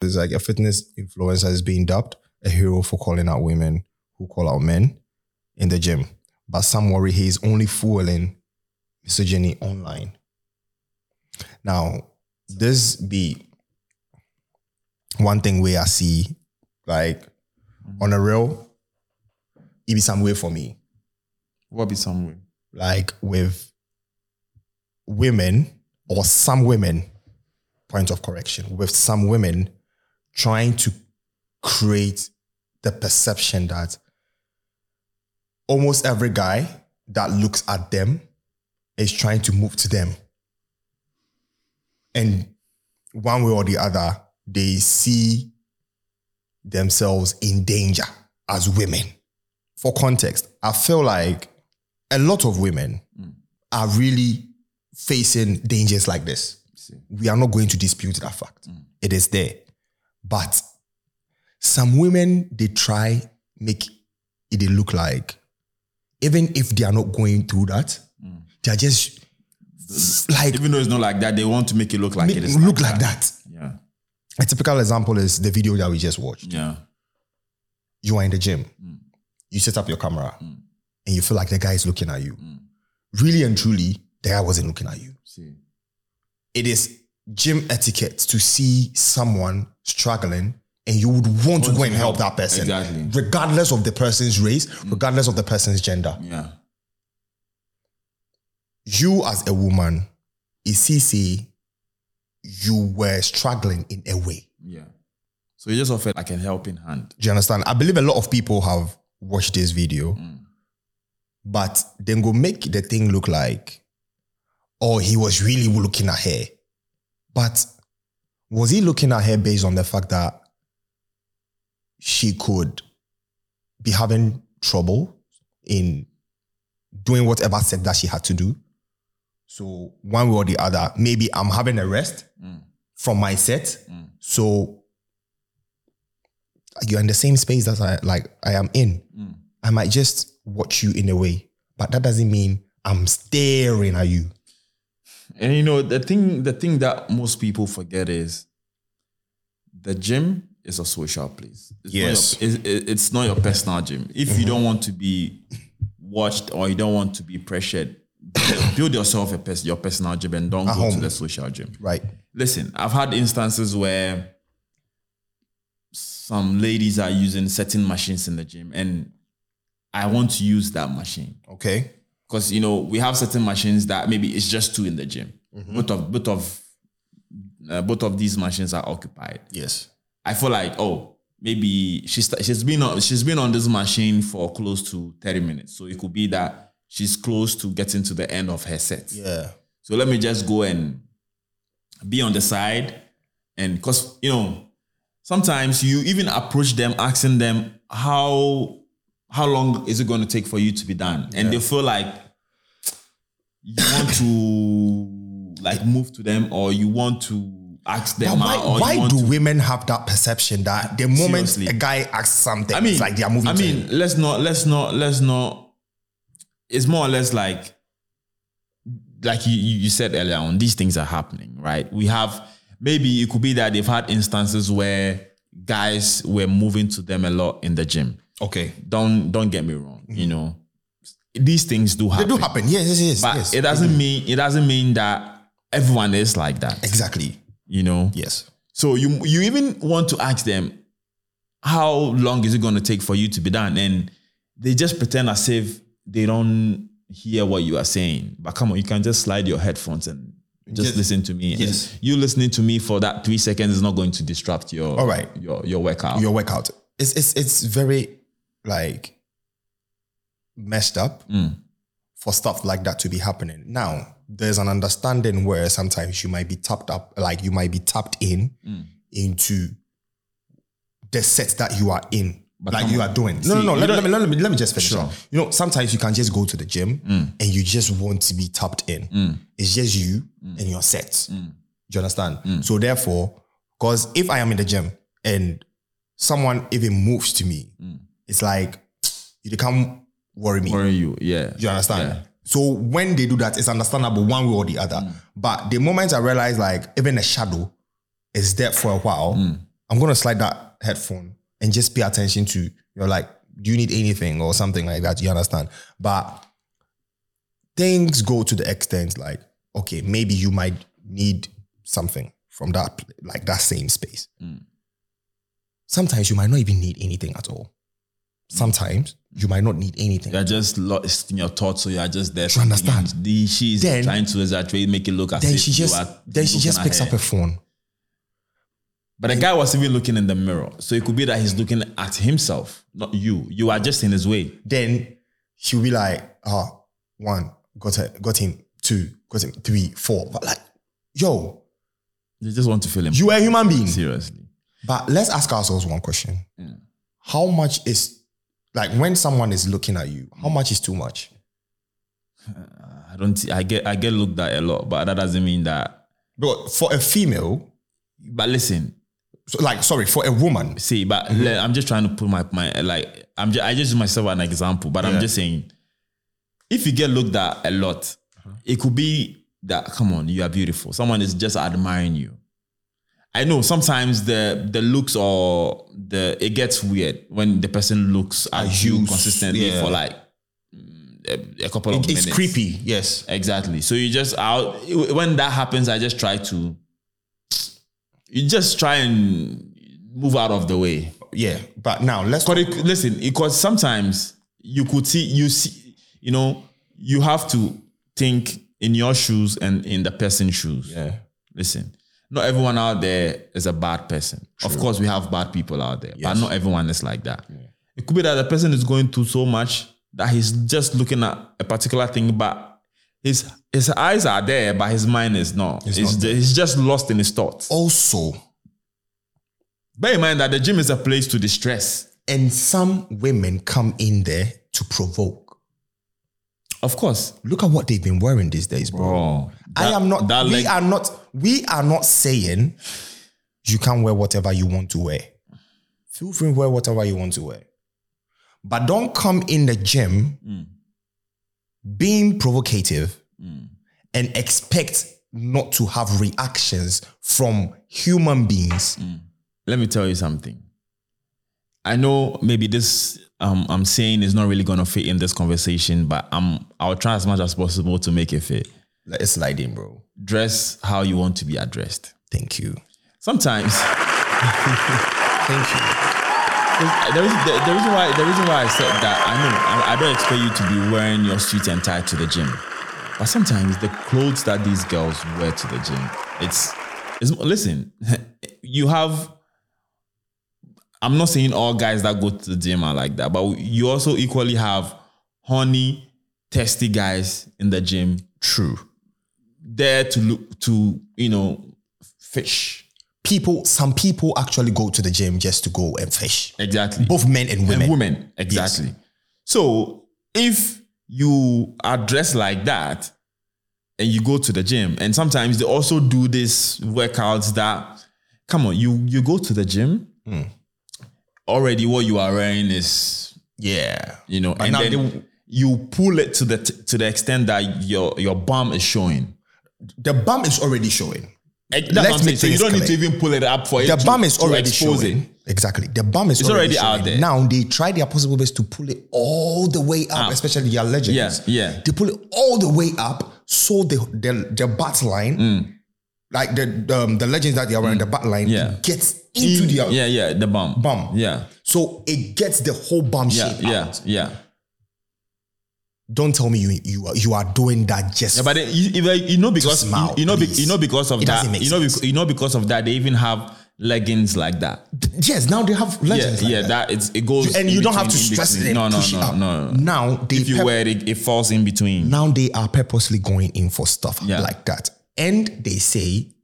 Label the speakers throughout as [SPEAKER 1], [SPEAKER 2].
[SPEAKER 1] There's like a fitness influencer is being dubbed a hero for calling out women who call out men in the gym. But some worry he is only fooling misogyny online. Now, this be one thing where I see like on a real, it be some way for me.
[SPEAKER 2] What be some way?
[SPEAKER 1] like with women or some women, point of correction, with some women trying to create the perception that almost every guy that looks at them is trying to move to them. And one way or the other, they see themselves in danger as women. For context, I feel like a lot of women are really facing dangers like this.
[SPEAKER 2] See.
[SPEAKER 1] We are not going to dispute that fact. It is there. But some women they try make it look like even if they are not going through that, they are just Mm. like
[SPEAKER 2] Even though it's not like that, they want to make it look like it is.
[SPEAKER 1] look like that.
[SPEAKER 2] Yeah.
[SPEAKER 1] A typical example is the video that we just watched.
[SPEAKER 2] Yeah.
[SPEAKER 1] you are in the gym, you set up your camera, and you feel like the guy is looking at you. Really and truly, the guy wasn't looking at you.
[SPEAKER 2] Mm. See.
[SPEAKER 1] It is gym etiquette to see someone struggling and you would want, to go and help, that person,
[SPEAKER 2] Exactly.
[SPEAKER 1] regardless of the person's race, regardless of the person's gender.
[SPEAKER 2] Yeah.
[SPEAKER 1] You, as a woman, ECC, you were struggling in a way.
[SPEAKER 2] Yeah. So you just offer like an helping hand.
[SPEAKER 1] Do you understand? I believe a lot of people have watched this video,
[SPEAKER 2] Mm.
[SPEAKER 1] but then go make the thing look like, oh, he was really looking at her. But was he looking at her based on the fact that she could be having trouble in doing whatever set that she had to do? So one way or the other, maybe I'm having a rest
[SPEAKER 2] Mm.
[SPEAKER 1] from my set.
[SPEAKER 2] Mm.
[SPEAKER 1] So you're in the same space that I like I am in.
[SPEAKER 2] Mm.
[SPEAKER 1] I might just watch you in a way, but that doesn't mean I'm staring at you.
[SPEAKER 2] And you know the thing the thing that most people forget is the gym is a social place. It's
[SPEAKER 1] Yes. Mm-hmm.
[SPEAKER 2] Not your, it- it- it's not your personal gym. If you don't want to be watched or you don't want to be pressured, build- build yourself a pers- your personal gym and don't go to
[SPEAKER 1] home.
[SPEAKER 2] the social gym.
[SPEAKER 1] Right.
[SPEAKER 2] Listen, I've had instances where some ladies are using certain machines in the gym and I want to use that machine
[SPEAKER 1] Okay.
[SPEAKER 2] because you know we have certain machines that maybe it's just two in the gym. Both of both of uh, both of these machines are occupied.
[SPEAKER 1] Yes.
[SPEAKER 2] I feel like oh maybe she's she's been on she's been on this machine for close to thirty minutes, so it could be that she's close to getting to the end of her set.
[SPEAKER 1] Yeah.
[SPEAKER 2] So let me just go and be on the side and cause you know sometimes you even approach them asking them how how long is it going to take for you to be done and they feel like you want to like move to them or you want to ask
[SPEAKER 1] But
[SPEAKER 2] them
[SPEAKER 1] why,
[SPEAKER 2] out or you
[SPEAKER 1] why
[SPEAKER 2] want
[SPEAKER 1] do
[SPEAKER 2] to-
[SPEAKER 1] women have that perception that the moment
[SPEAKER 2] Seriously.
[SPEAKER 1] a guy asks something,
[SPEAKER 2] I mean,
[SPEAKER 1] it's like they are moving
[SPEAKER 2] I
[SPEAKER 1] to
[SPEAKER 2] mean,
[SPEAKER 1] him?
[SPEAKER 2] let's not, let's not, let's not. It's more or less like, like you, you you said earlier on, these things are happening, right? We have maybe it could be that they've had instances where guys were moving to them a lot in the gym.
[SPEAKER 1] Okay.
[SPEAKER 2] Don't don't get me wrong, you know, these things do
[SPEAKER 1] They
[SPEAKER 2] happen,
[SPEAKER 1] do happen. Yes, yes, yes.
[SPEAKER 2] but
[SPEAKER 1] yes. Mm-hmm.
[SPEAKER 2] it doesn't mean it doesn't mean that everyone is like that,
[SPEAKER 1] exactly.
[SPEAKER 2] you know.
[SPEAKER 1] Yes.
[SPEAKER 2] So you you even want to ask them, how long is it going to take for you to be done? And they just pretend as if they don't hear what you are saying. But come on, you can just slide your headphones and just
[SPEAKER 1] Yes.
[SPEAKER 2] listen to me. And
[SPEAKER 1] Yes.
[SPEAKER 2] you listening to me for that three seconds is not going to disrupt your
[SPEAKER 1] All right.
[SPEAKER 2] your your workout.
[SPEAKER 1] Your workout. It's it's it's very like messed up.
[SPEAKER 2] Mm,
[SPEAKER 1] for stuff like that to be happening. Now, there's an understanding where sometimes you might be tapped up, like you might be tapped in
[SPEAKER 2] mm.
[SPEAKER 1] into the set that you are in,
[SPEAKER 2] But
[SPEAKER 1] like
[SPEAKER 2] come
[SPEAKER 1] you
[SPEAKER 2] on.
[SPEAKER 1] are doing.
[SPEAKER 2] See,
[SPEAKER 1] no, no, no.
[SPEAKER 2] you
[SPEAKER 1] Let,
[SPEAKER 2] don't-
[SPEAKER 1] let me, let, me, let me just finish.
[SPEAKER 2] Sure.
[SPEAKER 1] up. You know, sometimes you can just go to the gym
[SPEAKER 2] Mm.
[SPEAKER 1] and you just want to be tapped in.
[SPEAKER 2] Mm.
[SPEAKER 1] It's just you and your set.
[SPEAKER 2] Mm.
[SPEAKER 1] Do you understand?
[SPEAKER 2] Mm.
[SPEAKER 1] So therefore, because if I am in the gym and someone even moves to me,
[SPEAKER 2] Mm.
[SPEAKER 1] it's like you can't worry me.
[SPEAKER 2] Or you, yeah.
[SPEAKER 1] Do you understand?
[SPEAKER 2] Yeah. Mm.
[SPEAKER 1] So when they do that, it's understandable one way or
[SPEAKER 2] Mm.
[SPEAKER 1] the other. But the moment I realize, like, even a shadow is there for a while, I'm gonna slide that headphone and just pay attention to you're like, do you need anything or something like that? You understand? But things go to the extent like, okay, maybe you might need something from that pl- like that same space.
[SPEAKER 2] Mm.
[SPEAKER 1] Sometimes you might not even need anything at all. Sometimes you might not need anything.
[SPEAKER 2] You're just lost in your thoughts, so you're just there.
[SPEAKER 1] you understand?
[SPEAKER 2] thinking The, she's
[SPEAKER 1] Then-
[SPEAKER 2] trying to exaggerate, make it look as
[SPEAKER 1] then
[SPEAKER 2] if
[SPEAKER 1] she
[SPEAKER 2] you
[SPEAKER 1] just
[SPEAKER 2] are
[SPEAKER 1] then she just
[SPEAKER 2] looking
[SPEAKER 1] picks
[SPEAKER 2] at
[SPEAKER 1] up
[SPEAKER 2] her.
[SPEAKER 1] a phone.
[SPEAKER 2] But the guy was even looking in the mirror, so it could be that he's looking at himself, not you. You are just in his way.
[SPEAKER 1] Then she'll be like, ah, one, got her, got him, two, got him, three, four. But like, yo,
[SPEAKER 2] You just want to feel him.
[SPEAKER 1] you are a human being.
[SPEAKER 2] seriously.
[SPEAKER 1] But let's ask ourselves one question.
[SPEAKER 2] Yeah.
[SPEAKER 1] How much is like when someone is looking at you, how much is too much?
[SPEAKER 2] I don't. I get. I get looked at a lot, but that doesn't mean that.
[SPEAKER 1] But for a female,
[SPEAKER 2] But listen,
[SPEAKER 1] so like sorry, for a woman,
[SPEAKER 2] see, but
[SPEAKER 1] Mm-hmm.
[SPEAKER 2] le- I'm just trying to put my my like. I'm. Just, I just use myself as an example, but
[SPEAKER 1] Yeah.
[SPEAKER 2] I'm just saying, if you get looked at a lot,
[SPEAKER 1] Uh-huh.
[SPEAKER 2] it could be that. Come on, you are beautiful. Someone is just admiring you. I know sometimes the the looks or the it gets weird when the person looks at
[SPEAKER 1] At
[SPEAKER 2] you
[SPEAKER 1] you,
[SPEAKER 2] consistently
[SPEAKER 1] yeah.
[SPEAKER 2] for like mm, a, a couple of
[SPEAKER 1] it's
[SPEAKER 2] minutes.
[SPEAKER 1] creepy. Yes.
[SPEAKER 2] Exactly. So you just out when that happens, I just try to you just try and move out of the way.
[SPEAKER 1] Yeah. But now let's
[SPEAKER 2] But it, listen, because sometimes you could see you see you know you have to think in your shoes and in the person's shoes.
[SPEAKER 1] Yeah.
[SPEAKER 2] Listen, not everyone out there is a bad person. Of course, we have bad people out there, but not everyone is like that. It could be that the person is going through so much that he's just looking at a particular thing, but his his eyes are there, but his mind is not. It's
[SPEAKER 1] not
[SPEAKER 2] ju- he's just lost in his thoughts.
[SPEAKER 1] also,
[SPEAKER 2] Bear in mind that the gym is a place to distress.
[SPEAKER 1] and some women come in there to provoke.
[SPEAKER 2] Of course.
[SPEAKER 1] Look at what they've been wearing these days, bro.
[SPEAKER 2] Bro.
[SPEAKER 1] Oh, I
[SPEAKER 2] that-
[SPEAKER 1] am not.
[SPEAKER 2] that
[SPEAKER 1] we
[SPEAKER 2] leg-
[SPEAKER 1] are not. We are not saying you can wear whatever you want to wear. Feel free to wear whatever you want to wear, but don't come in the gym being provocative and expect not to have reactions from human beings.
[SPEAKER 2] let me tell you something. I know maybe this um, I'm saying is not really gonna fit in this conversation, but I'm I'll try as much as possible to make it fit.
[SPEAKER 1] Let it slide in, bro.
[SPEAKER 2] Dress how you want to be addressed.
[SPEAKER 1] Thank you.
[SPEAKER 2] Sometimes
[SPEAKER 1] Thank you.
[SPEAKER 2] the reason, the, the reason why the reason why I said that I know I, I don't expect you to be wearing your suit and tie to the gym, but sometimes the clothes that these girls wear to the gym, it's, it's listen, you have. I'm not saying all guys that go to the gym are like that, but you also equally have horny, testy guys in the gym
[SPEAKER 1] True.
[SPEAKER 2] there to look to you know fish
[SPEAKER 1] People. Some people actually go to the gym just to go and fish.
[SPEAKER 2] exactly
[SPEAKER 1] Both men and women.
[SPEAKER 2] and women exactly so if you are dressed like that and you go to the gym and sometimes they also do this workouts that come on you you go to the gym
[SPEAKER 1] Hmm.
[SPEAKER 2] already what you are wearing is
[SPEAKER 1] Yeah.
[SPEAKER 2] you know and
[SPEAKER 1] now
[SPEAKER 2] then
[SPEAKER 1] they-
[SPEAKER 2] you pull it to the to the extent that your your bum is showing Eh,
[SPEAKER 1] The bum is already showing.
[SPEAKER 2] that's what I'm
[SPEAKER 1] Let's
[SPEAKER 2] saying.
[SPEAKER 1] make
[SPEAKER 2] so you
[SPEAKER 1] things
[SPEAKER 2] don't need to
[SPEAKER 1] clear.
[SPEAKER 2] even pull it up for it
[SPEAKER 1] The
[SPEAKER 2] to-
[SPEAKER 1] bum is
[SPEAKER 2] to
[SPEAKER 1] already
[SPEAKER 2] expose
[SPEAKER 1] showing.
[SPEAKER 2] it.
[SPEAKER 1] Exactly. The bum is
[SPEAKER 2] already
[SPEAKER 1] already,
[SPEAKER 2] out
[SPEAKER 1] showing.
[SPEAKER 2] there.
[SPEAKER 1] Now they try their possible best to pull it all the way up, especially their legends.
[SPEAKER 2] Ah. Yeah, yeah.
[SPEAKER 1] They pull it all the way up so the the, the bat line, like the the, um, the legends that they are wearing, the bat line
[SPEAKER 2] Mm. Yeah.
[SPEAKER 1] it gets into their
[SPEAKER 2] yeah yeah the bum
[SPEAKER 1] bum.
[SPEAKER 2] yeah
[SPEAKER 1] So it gets the whole bum
[SPEAKER 2] yeah
[SPEAKER 1] shape.
[SPEAKER 2] yeah
[SPEAKER 1] Out.
[SPEAKER 2] yeah
[SPEAKER 1] Don't tell me you you are, you are doing that just
[SPEAKER 2] Yeah, but then, you, you- you know because
[SPEAKER 1] smile,
[SPEAKER 2] you, you know be,
[SPEAKER 1] please.
[SPEAKER 2] you know because of
[SPEAKER 1] It
[SPEAKER 2] that
[SPEAKER 1] doesn't make
[SPEAKER 2] you know
[SPEAKER 1] sense.
[SPEAKER 2] bec- you know because of that they even have leggings like that.
[SPEAKER 1] yes. Now they have
[SPEAKER 2] Yeah,
[SPEAKER 1] legends. like
[SPEAKER 2] yeah,
[SPEAKER 1] that.
[SPEAKER 2] that it's, it goes
[SPEAKER 1] and
[SPEAKER 2] in
[SPEAKER 1] you don't have to
[SPEAKER 2] between, in
[SPEAKER 1] stress it
[SPEAKER 2] between.
[SPEAKER 1] and
[SPEAKER 2] No, no,
[SPEAKER 1] push
[SPEAKER 2] no,
[SPEAKER 1] it up.
[SPEAKER 2] no.
[SPEAKER 1] Now they
[SPEAKER 2] If you
[SPEAKER 1] pep-
[SPEAKER 2] wear it, it falls in between.
[SPEAKER 1] now they are purposely going in for stuff
[SPEAKER 2] Yeah.
[SPEAKER 1] like that. And they say,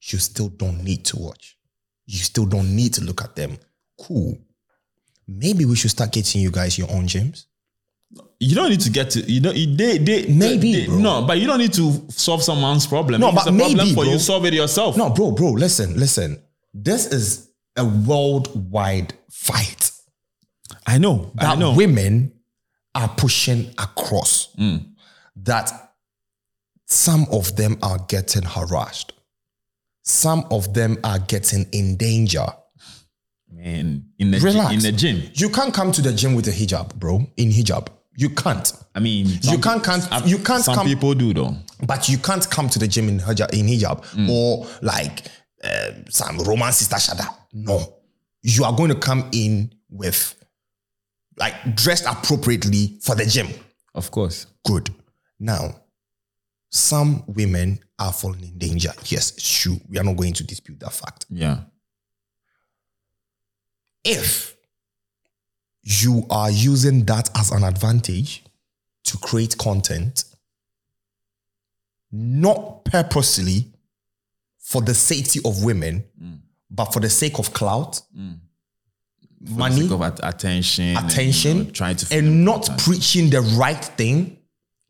[SPEAKER 1] you still don't need to watch. You still don't need to look at them. Cool. Maybe we should start getting you guys your own gyms.
[SPEAKER 2] You don't need to get to you know they they
[SPEAKER 1] Maybe,
[SPEAKER 2] they-
[SPEAKER 1] bro.
[SPEAKER 2] no, but you don't need to solve someone's problem.
[SPEAKER 1] No,
[SPEAKER 2] If it's
[SPEAKER 1] but
[SPEAKER 2] a problem
[SPEAKER 1] maybe,
[SPEAKER 2] for
[SPEAKER 1] bro.
[SPEAKER 2] you solve it yourself.
[SPEAKER 1] No, bro, bro, listen, listen. This is a worldwide fight
[SPEAKER 2] I know, I
[SPEAKER 1] that
[SPEAKER 2] know.
[SPEAKER 1] women are pushing across.
[SPEAKER 2] Mm.
[SPEAKER 1] That some of them are getting harassed. Some of them are getting in danger.
[SPEAKER 2] man, in the
[SPEAKER 1] Relax.
[SPEAKER 2] in the gym.
[SPEAKER 1] You can't come to the gym with a hijab, bro. In hijab, you can't.
[SPEAKER 2] I mean, some
[SPEAKER 1] can't-
[SPEAKER 2] peop-
[SPEAKER 1] can't- you can't
[SPEAKER 2] Some
[SPEAKER 1] come-
[SPEAKER 2] people do though.
[SPEAKER 1] But you can't come to the gym in hijab, in hijab or like uh, some Roman sister shada. No, you are going to come in with like dressed appropriately for the gym.
[SPEAKER 2] Of course,
[SPEAKER 1] Good. Now, some women are falling in danger. Yes, sure. We are not going to dispute that fact.
[SPEAKER 2] yeah.
[SPEAKER 1] if you are using that as an advantage to create content, not purposely for the safety of women,
[SPEAKER 2] Mm.
[SPEAKER 1] but for the sake of clout,
[SPEAKER 2] For the
[SPEAKER 1] money,
[SPEAKER 2] sake of at- attention, and,
[SPEAKER 1] Attention
[SPEAKER 2] you know, trying to
[SPEAKER 1] and not preaching the right thing,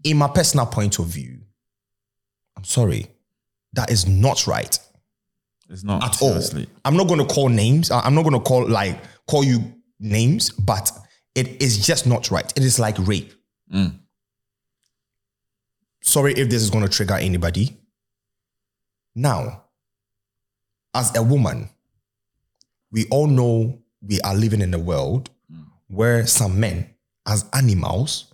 [SPEAKER 1] in my personal point of view, I'm sorry, that is not right.
[SPEAKER 2] it's not
[SPEAKER 1] at
[SPEAKER 2] seriously.
[SPEAKER 1] all. I'm not going to call names. I- I'm not going to call like call you names, but it is just not right. It is like rape.
[SPEAKER 2] Mm.
[SPEAKER 1] Sorry if this is going to trigger anybody. Now, as a woman, we all know we are living in a world
[SPEAKER 2] Mm.
[SPEAKER 1] where some men, as animals,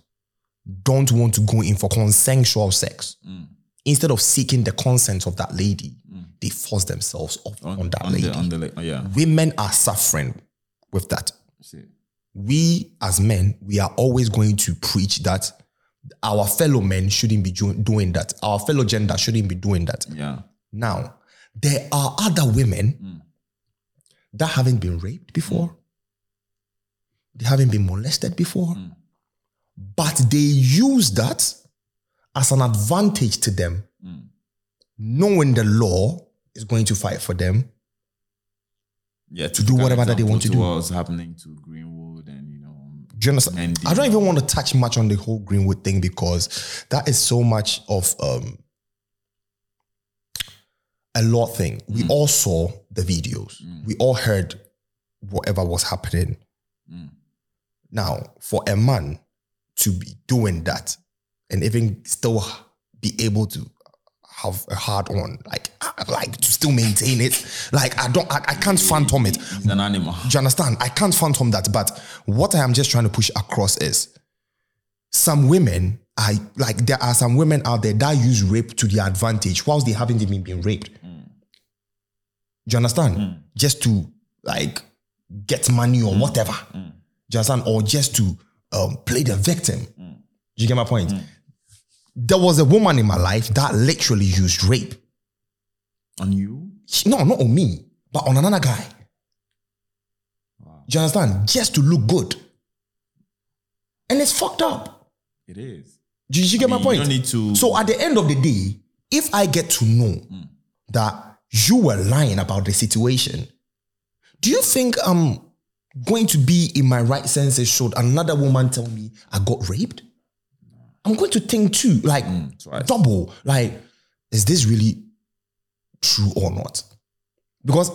[SPEAKER 1] don't want to go in for consensual sex.
[SPEAKER 2] Mm.
[SPEAKER 1] Instead of seeking the consent of that lady, they force themselves up on, that
[SPEAKER 2] on
[SPEAKER 1] lady
[SPEAKER 2] the on the leg. Oh, yeah.
[SPEAKER 1] women are suffering with that.
[SPEAKER 2] See.
[SPEAKER 1] We as men, we are always going to preach that our fellow men shouldn't be jo- doing that. Our fellow gender shouldn't be doing that.
[SPEAKER 2] Yeah.
[SPEAKER 1] Now, there are other women that haven't been raped before. They haven't been molested before. But they use that as an advantage to them, knowing the law is going to fight for them.
[SPEAKER 2] Yeah.
[SPEAKER 1] do whatever that they want to do.
[SPEAKER 2] What's happening to Greenwood and you know
[SPEAKER 1] Do you understand?
[SPEAKER 2] Mendy.
[SPEAKER 1] I don't even want to touch much on the whole Greenwood thing because that is so much of um, a law thing. We all saw the videos. We all heard whatever was happening.
[SPEAKER 2] Mm.
[SPEAKER 1] Now, for a man to be doing that and even still be able to have a hard on, like I- like to still maintain it, like I don't, I, I can't phantom it.
[SPEAKER 2] he's an animal.
[SPEAKER 1] Do you understand? I can't phantom that. But what I am just trying to push across is some women are like there are some women out there that use rape to their advantage whilst they haven't even been raped. Do you understand? Just to like get money or whatever. Do you understand? Or just to um, play the victim. Do you get my point? There was a woman in my life that literally used rape.
[SPEAKER 2] On you?
[SPEAKER 1] She- no, not on me, but on another guy. Do you understand? Just to look good. And it's fucked up.
[SPEAKER 2] It is.
[SPEAKER 1] Do you, you get
[SPEAKER 2] I
[SPEAKER 1] my
[SPEAKER 2] mean,
[SPEAKER 1] point?
[SPEAKER 2] You don't need to. Hmm.
[SPEAKER 1] so at the end of the day, if I get to know that you were lying about the situation, do you think I'm going to be in my right senses should another woman tell me I got raped? I'm going to think too, like
[SPEAKER 2] twice.
[SPEAKER 1] double, like, is this really true or not? Because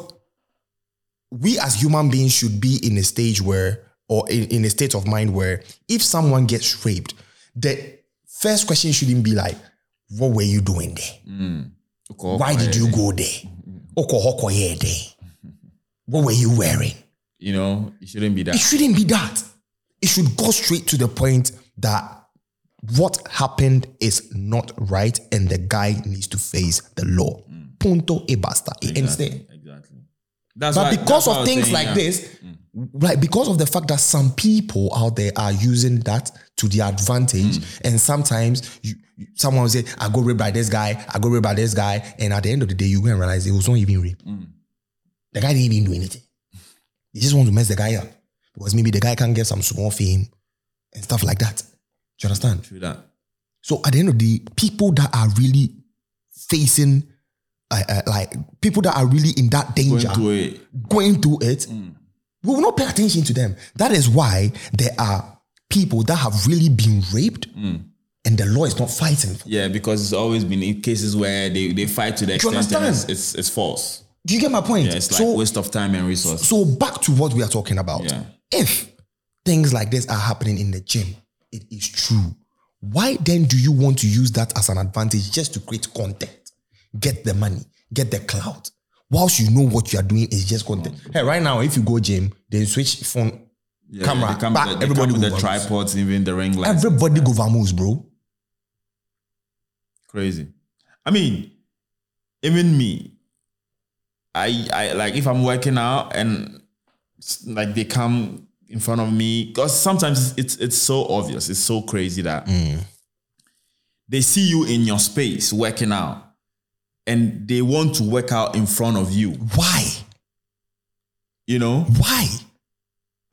[SPEAKER 1] we as human beings should be in a stage where, or in, in a state of mind where, if someone gets raped, the first question shouldn't be like, what were you doing there?
[SPEAKER 2] Okay,
[SPEAKER 1] Why did you go there? Oko hoko ye there? What were you wearing?
[SPEAKER 2] You know, it shouldn't be that.
[SPEAKER 1] It shouldn't be that. It should go straight to the point that what happened is not right and the guy needs to face the law. Punto e basta. It ends there.
[SPEAKER 2] Mm. Exactly. exactly. That's
[SPEAKER 1] But
[SPEAKER 2] why-
[SPEAKER 1] because
[SPEAKER 2] that's why I
[SPEAKER 1] of
[SPEAKER 2] was
[SPEAKER 1] things like
[SPEAKER 2] saying, yeah. Mm.
[SPEAKER 1] this, like because of the fact that some people out there are using that to their advantage,
[SPEAKER 2] Mm.
[SPEAKER 1] and sometimes you, you- someone will say, "I go raped by this guy, I go raped by this guy," and at the end of the day, you go and realize it was not even rape.
[SPEAKER 2] Mm.
[SPEAKER 1] The guy didn't even do anything. They just want to mess the guy up because maybe the guy can get some small fame and stuff like that. Do you understand?
[SPEAKER 2] True that.
[SPEAKER 1] So at the end of the day, people that are really facing, uh, uh, like people that are really in that
[SPEAKER 2] Going
[SPEAKER 1] danger,
[SPEAKER 2] to a
[SPEAKER 1] going through it,
[SPEAKER 2] Mm.
[SPEAKER 1] we will not pay attention to them. That is why there are people that have really been raped
[SPEAKER 2] Mm.
[SPEAKER 1] and the law is not fighting for.
[SPEAKER 2] yeah, because it's always been in cases where they, they fight to the extent that it's,
[SPEAKER 1] understand?
[SPEAKER 2] it's it's false.
[SPEAKER 1] Do you get my point?
[SPEAKER 2] Yeah, it's like
[SPEAKER 1] so,
[SPEAKER 2] waste of time and resources.
[SPEAKER 1] so back to what we are talking about.
[SPEAKER 2] Yeah.
[SPEAKER 1] If things like this are happening in the gym, it is true. Why then do you want to use that as an advantage just to create content, get the money, get the clout? whilst you know what you are doing is just content.
[SPEAKER 2] Mm.
[SPEAKER 1] Hey, right now, if you go gym, then switch phone
[SPEAKER 2] Yeah,
[SPEAKER 1] camera.
[SPEAKER 2] They come,
[SPEAKER 1] back,
[SPEAKER 2] they- they
[SPEAKER 1] everybody
[SPEAKER 2] come with the
[SPEAKER 1] go vamos.
[SPEAKER 2] tripods, even the ring lights.
[SPEAKER 1] Everybody go vamos, bro.
[SPEAKER 2] Crazy. I mean, even me, I I like if I'm working out and s- like they come in front of me because sometimes it's it's so obvious, it's so crazy that
[SPEAKER 1] Mm.
[SPEAKER 2] they see you in your space working out and they want to work out in front of you.
[SPEAKER 1] Why?
[SPEAKER 2] You know,
[SPEAKER 1] Why?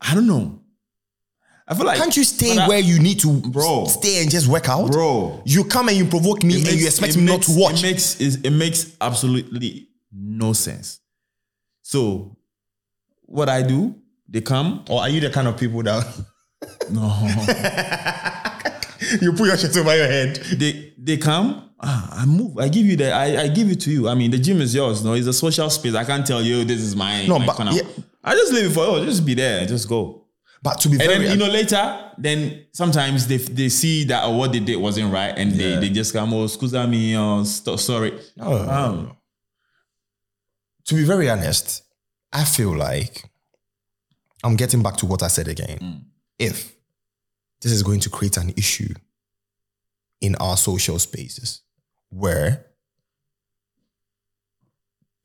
[SPEAKER 2] I don't know. I feel like
[SPEAKER 1] Can't you stay
[SPEAKER 2] but I-
[SPEAKER 1] where you need to
[SPEAKER 2] Bro.
[SPEAKER 1] s- stay and just work out?
[SPEAKER 2] bro?
[SPEAKER 1] You come and you provoke me
[SPEAKER 2] It
[SPEAKER 1] and
[SPEAKER 2] makes-
[SPEAKER 1] you expect
[SPEAKER 2] it
[SPEAKER 1] me
[SPEAKER 2] makes-
[SPEAKER 1] not to watch.
[SPEAKER 2] It makes it, it makes absolutely no sense. So, what I do, they come.
[SPEAKER 1] or are you the kind of people that
[SPEAKER 2] No,
[SPEAKER 1] you put your shit over your head?
[SPEAKER 2] they they come. Ah, I move. I give you the. I, I give it to you. I mean, the gym is yours. No, it's a social space. I can't tell you this is my.
[SPEAKER 1] No,
[SPEAKER 2] my
[SPEAKER 1] but-
[SPEAKER 2] corner.
[SPEAKER 1] yeah.
[SPEAKER 2] I just leave it for you. Just be there. Just go.
[SPEAKER 1] But to be
[SPEAKER 2] And
[SPEAKER 1] very,
[SPEAKER 2] then you know later, then sometimes they they see that oh, what they did wasn't right, and
[SPEAKER 1] Yeah.
[SPEAKER 2] they, they just come, oh, excuse me, oh, st- sorry.
[SPEAKER 1] Oh.
[SPEAKER 2] Um,
[SPEAKER 1] to be very honest, I feel like I'm getting back to what I said again. If this is going to create an issue in our social spaces where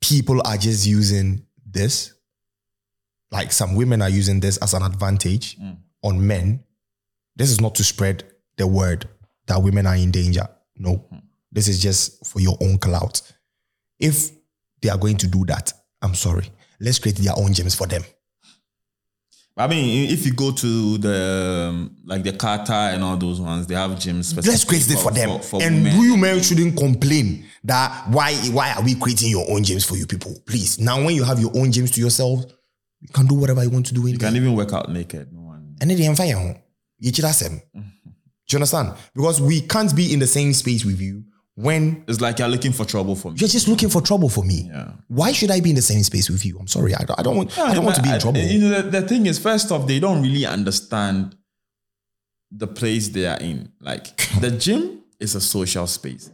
[SPEAKER 1] people are just using this, like some women are using this as an advantage
[SPEAKER 2] mm.
[SPEAKER 1] on men, this is not to spread the word that women are in danger. No, this is just for your own clout. If they are going to do that, I'm sorry. Let's create their own gyms for them.
[SPEAKER 2] I mean, i- if you go to the um, like the Qatar and all those ones, they have gyms.
[SPEAKER 1] Let's create
[SPEAKER 2] specifically
[SPEAKER 1] it for them.
[SPEAKER 2] for
[SPEAKER 1] and
[SPEAKER 2] women.
[SPEAKER 1] you men shouldn't complain that why why are we creating your own gyms for you people? Please. Now when you have your own gyms to yourself, you can do whatever you want to do in
[SPEAKER 2] you
[SPEAKER 1] there.
[SPEAKER 2] can even work out naked. No one.
[SPEAKER 1] And then they fire you. You chill ass them. Do
[SPEAKER 2] Mm-hmm.
[SPEAKER 1] you understand? Because we can't be in the same space with you when
[SPEAKER 2] It's like you're looking for trouble for me.
[SPEAKER 1] you're just looking for trouble for me.
[SPEAKER 2] Yeah.
[SPEAKER 1] Why should I be in the same space with you? I'm sorry. I don't, I don't want I don't want to be in trouble.
[SPEAKER 2] You know, the, the thing is, first off, they don't really understand the place they are in. Like the gym is a social space.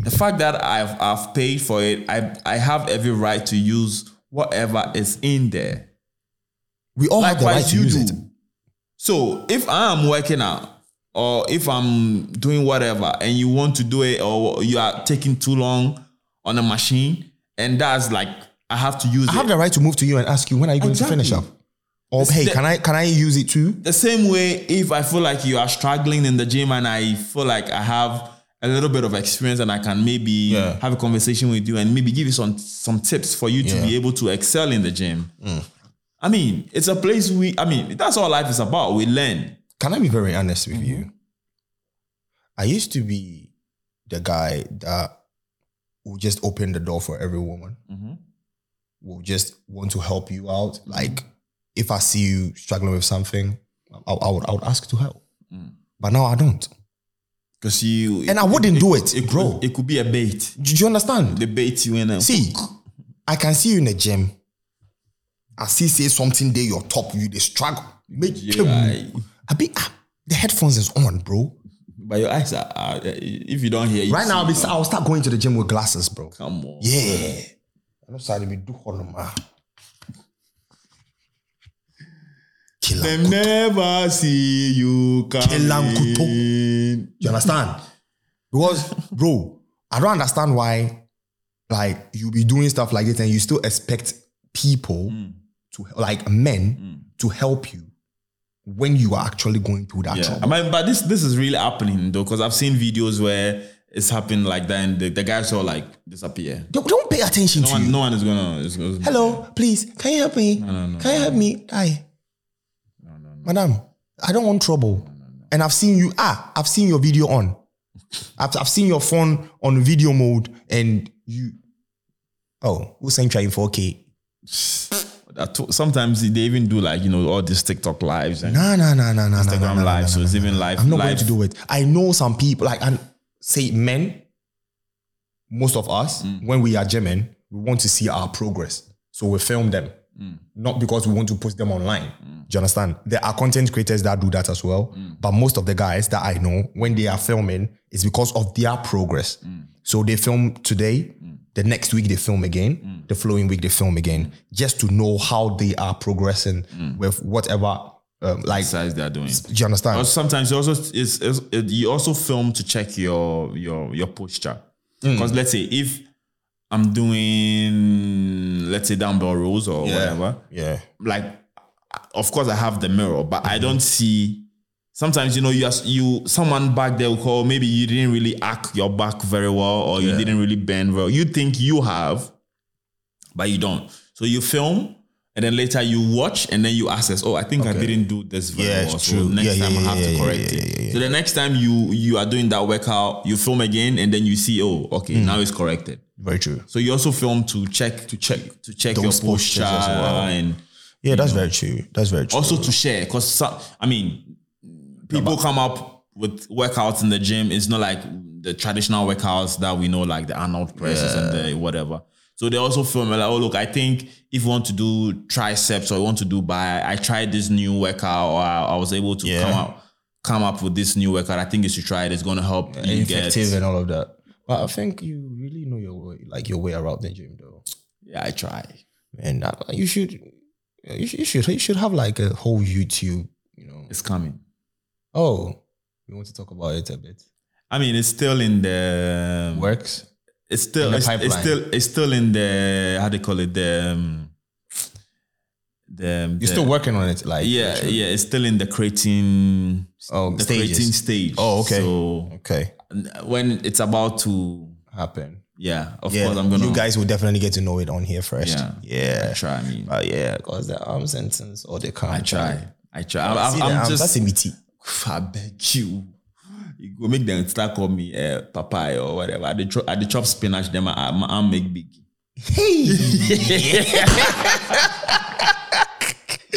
[SPEAKER 2] The fact that I've I've paid for it, I I have every right to use whatever is in there.
[SPEAKER 1] we all have the right to use it.
[SPEAKER 2] So if I'm working out or if I'm doing whatever and you want to do it or you are taking too long on a machine and that's like I have to use
[SPEAKER 1] I
[SPEAKER 2] it.
[SPEAKER 1] have the right to move to you and ask you when are you going to finish up?
[SPEAKER 2] Exactly.
[SPEAKER 1] Or hey,
[SPEAKER 2] the-
[SPEAKER 1] can I can I use it too?
[SPEAKER 2] the same way if I feel like you are struggling in the gym and I feel like I have a little bit of experience and I can maybe
[SPEAKER 1] Yeah.
[SPEAKER 2] have a conversation with you and maybe give you some some tips for you
[SPEAKER 1] Yeah. Mm.
[SPEAKER 2] to be able to excel in the gym. I mean, it's a place we I mean, that's all life is about. We learn.
[SPEAKER 1] Can I be very honest
[SPEAKER 2] Mm-hmm.
[SPEAKER 1] with you? I used to be the guy that would just open the door for every woman.
[SPEAKER 2] Mm-hmm.
[SPEAKER 1] Will just want to help you out. Like if I see you struggling with something, I, I would I would ask to help.
[SPEAKER 2] Mm.
[SPEAKER 1] But now I don't,
[SPEAKER 2] Because you
[SPEAKER 1] and I wouldn't do it,
[SPEAKER 2] it,
[SPEAKER 1] bro.
[SPEAKER 2] Could, it could be a bait.
[SPEAKER 1] Do you understand?
[SPEAKER 2] They bait you in uh, a
[SPEAKER 1] See, I can see you in the gym. I see say something there, your top, you they struggle. Make
[SPEAKER 2] Yeah, I-
[SPEAKER 1] I be ah, the headphones is on, bro.
[SPEAKER 2] but your eyes are, are uh, if you don't hear you
[SPEAKER 1] Right now, I'll, be,
[SPEAKER 2] see,
[SPEAKER 1] I'll start going to the gym with glasses, bro.
[SPEAKER 2] come on.
[SPEAKER 1] Yeah. I'm sorry, we do hold on, ah. Kill
[SPEAKER 2] They
[SPEAKER 1] am.
[SPEAKER 2] never see you
[SPEAKER 1] Kelankuto.
[SPEAKER 2] coming.
[SPEAKER 1] You understand? Because, bro, I don't understand why, like, you be doing stuff like this and you still expect people to, like, men to help you when you are actually going through that
[SPEAKER 2] Yeah. I
[SPEAKER 1] trouble.
[SPEAKER 2] mean, but this this is really happening though, because I've seen videos where it's happened like that, and the, the guys all like disappear.
[SPEAKER 1] They don't pay attention
[SPEAKER 2] No
[SPEAKER 1] to you.
[SPEAKER 2] one, no one is gonna. Is gonna
[SPEAKER 1] Hello, please, can you help me? can you help me? Hi. Madam, I don't want trouble. And I've seen you, ah, I've seen your video on. I've, I've seen your phone on video mode and you, oh, who sent you in 4K?
[SPEAKER 2] That to- Sometimes they even do like you know all these TikTok lives and
[SPEAKER 1] Nah, nah, nah, nah, nah, nah, nah,
[SPEAKER 2] Instagram
[SPEAKER 1] nah, nah,
[SPEAKER 2] lives, so
[SPEAKER 1] nah,
[SPEAKER 2] it's
[SPEAKER 1] nah,
[SPEAKER 2] even
[SPEAKER 1] nah.
[SPEAKER 2] live.
[SPEAKER 1] I'm not
[SPEAKER 2] live
[SPEAKER 1] going to do it. I know some people, like, and say men, most of us, when we are German, we want to see our progress. So we film them, not because we want to post them online. Do you understand? There are content creators that do that as well. But most of the guys that I know, when they are filming, it's because of their progress. So they film today, the next week they film again, the following week they film again, just to know how they are progressing with whatever. Um, like,
[SPEAKER 2] Besides, they are doing.
[SPEAKER 1] do you understand?
[SPEAKER 2] But sometimes you also it's, it's, it, you also film to check your your your posture because let's say if I'm doing let's say dumbbell rows or whatever,
[SPEAKER 1] yeah,
[SPEAKER 2] like of course I have the mirror, but I don't see. Sometimes you know you as you someone back there will call maybe you didn't really arc your back very well or you didn't really bend well. You think you have, but you don't. So you film. And then later you watch and then you assess, oh, I think I didn't do this very
[SPEAKER 1] Yeah,
[SPEAKER 2] well.
[SPEAKER 1] it's
[SPEAKER 2] so
[SPEAKER 1] true.
[SPEAKER 2] next
[SPEAKER 1] Yeah, yeah,
[SPEAKER 2] time I
[SPEAKER 1] yeah,
[SPEAKER 2] have to
[SPEAKER 1] yeah,
[SPEAKER 2] correct
[SPEAKER 1] yeah,
[SPEAKER 2] it.
[SPEAKER 1] yeah, yeah.
[SPEAKER 2] So the next time you you are doing that workout, you film again and then you see, oh, okay,
[SPEAKER 1] Hmm.
[SPEAKER 2] now it's corrected.
[SPEAKER 1] very true.
[SPEAKER 2] So you also film to check to check to check
[SPEAKER 1] Those
[SPEAKER 2] your posture
[SPEAKER 1] postures as well.
[SPEAKER 2] and
[SPEAKER 1] Yeah, that's very true. That's very true.
[SPEAKER 2] also to share because I mean, people come up with workouts in the gym. It's not like the traditional workouts that we know, like the Arnold presses and the whatever. So they also film like, oh look, I think if you want to do triceps or you want to do bi, I tried this new workout or I, I was able to
[SPEAKER 1] Yeah.
[SPEAKER 2] come up come up with this new workout. I think you should try it. It's gonna help you get.
[SPEAKER 1] effective and all of that. But I think you really know your way, like your way around the gym, though.
[SPEAKER 2] Yeah, I try.
[SPEAKER 1] And uh, you should, you should, you should, you should have like a whole YouTube, you know.
[SPEAKER 2] It's coming.
[SPEAKER 1] Oh, you want to talk about it a bit?
[SPEAKER 2] I mean, it's still in the
[SPEAKER 1] Works.
[SPEAKER 2] it's still
[SPEAKER 1] the
[SPEAKER 2] it's, it's
[SPEAKER 1] pipeline.
[SPEAKER 2] still it's still in the how do you call it the um, the
[SPEAKER 1] You're still working on it, like
[SPEAKER 2] yeah
[SPEAKER 1] sure.
[SPEAKER 2] yeah it's still in the creating
[SPEAKER 1] Oh,
[SPEAKER 2] the
[SPEAKER 1] stages.
[SPEAKER 2] creating stage
[SPEAKER 1] Oh, okay.
[SPEAKER 2] so
[SPEAKER 1] Okay,
[SPEAKER 2] n- when it's about to
[SPEAKER 1] happen.
[SPEAKER 2] yeah of
[SPEAKER 1] Yeah,
[SPEAKER 2] course I'm gonna
[SPEAKER 1] you guys will definitely get to know it on here first.
[SPEAKER 2] Yeah.
[SPEAKER 1] yeah,
[SPEAKER 2] try I mean
[SPEAKER 1] but yeah, because the arm sentence or the
[SPEAKER 2] I
[SPEAKER 1] contract.
[SPEAKER 2] try I try I,
[SPEAKER 1] See
[SPEAKER 2] I,
[SPEAKER 1] the
[SPEAKER 2] I'm
[SPEAKER 1] arms,
[SPEAKER 2] just
[SPEAKER 1] that's a meaty.
[SPEAKER 2] I beg you you go make them start call me uh, papaya or whatever I the chop I dey chop spinach them I I, I make big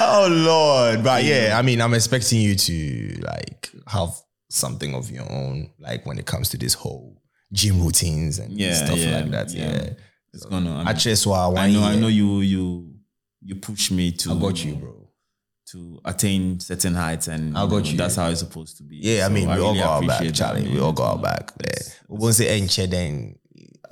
[SPEAKER 1] Oh Lord, but yeah, I mean, I'm expecting you to like have something of your own, like when it comes to this whole gym routines and
[SPEAKER 2] Yeah,
[SPEAKER 1] stuff
[SPEAKER 2] yeah,
[SPEAKER 1] like that.
[SPEAKER 2] yeah.
[SPEAKER 1] Yeah,
[SPEAKER 2] it's gonna I mean,
[SPEAKER 1] actually, so I
[SPEAKER 2] I
[SPEAKER 1] want
[SPEAKER 2] know, I know you you you push me to
[SPEAKER 1] I got you, bro.
[SPEAKER 2] to attain certain heights, and
[SPEAKER 1] I got
[SPEAKER 2] know,
[SPEAKER 1] you.
[SPEAKER 2] That's how it's supposed to be.
[SPEAKER 1] Yeah, I
[SPEAKER 2] So
[SPEAKER 1] mean, we all
[SPEAKER 2] really
[SPEAKER 1] got our
[SPEAKER 2] appreciate
[SPEAKER 1] back,
[SPEAKER 2] that,
[SPEAKER 1] Charlie.
[SPEAKER 2] man.
[SPEAKER 1] we all got our back. Yeah. We won't say any then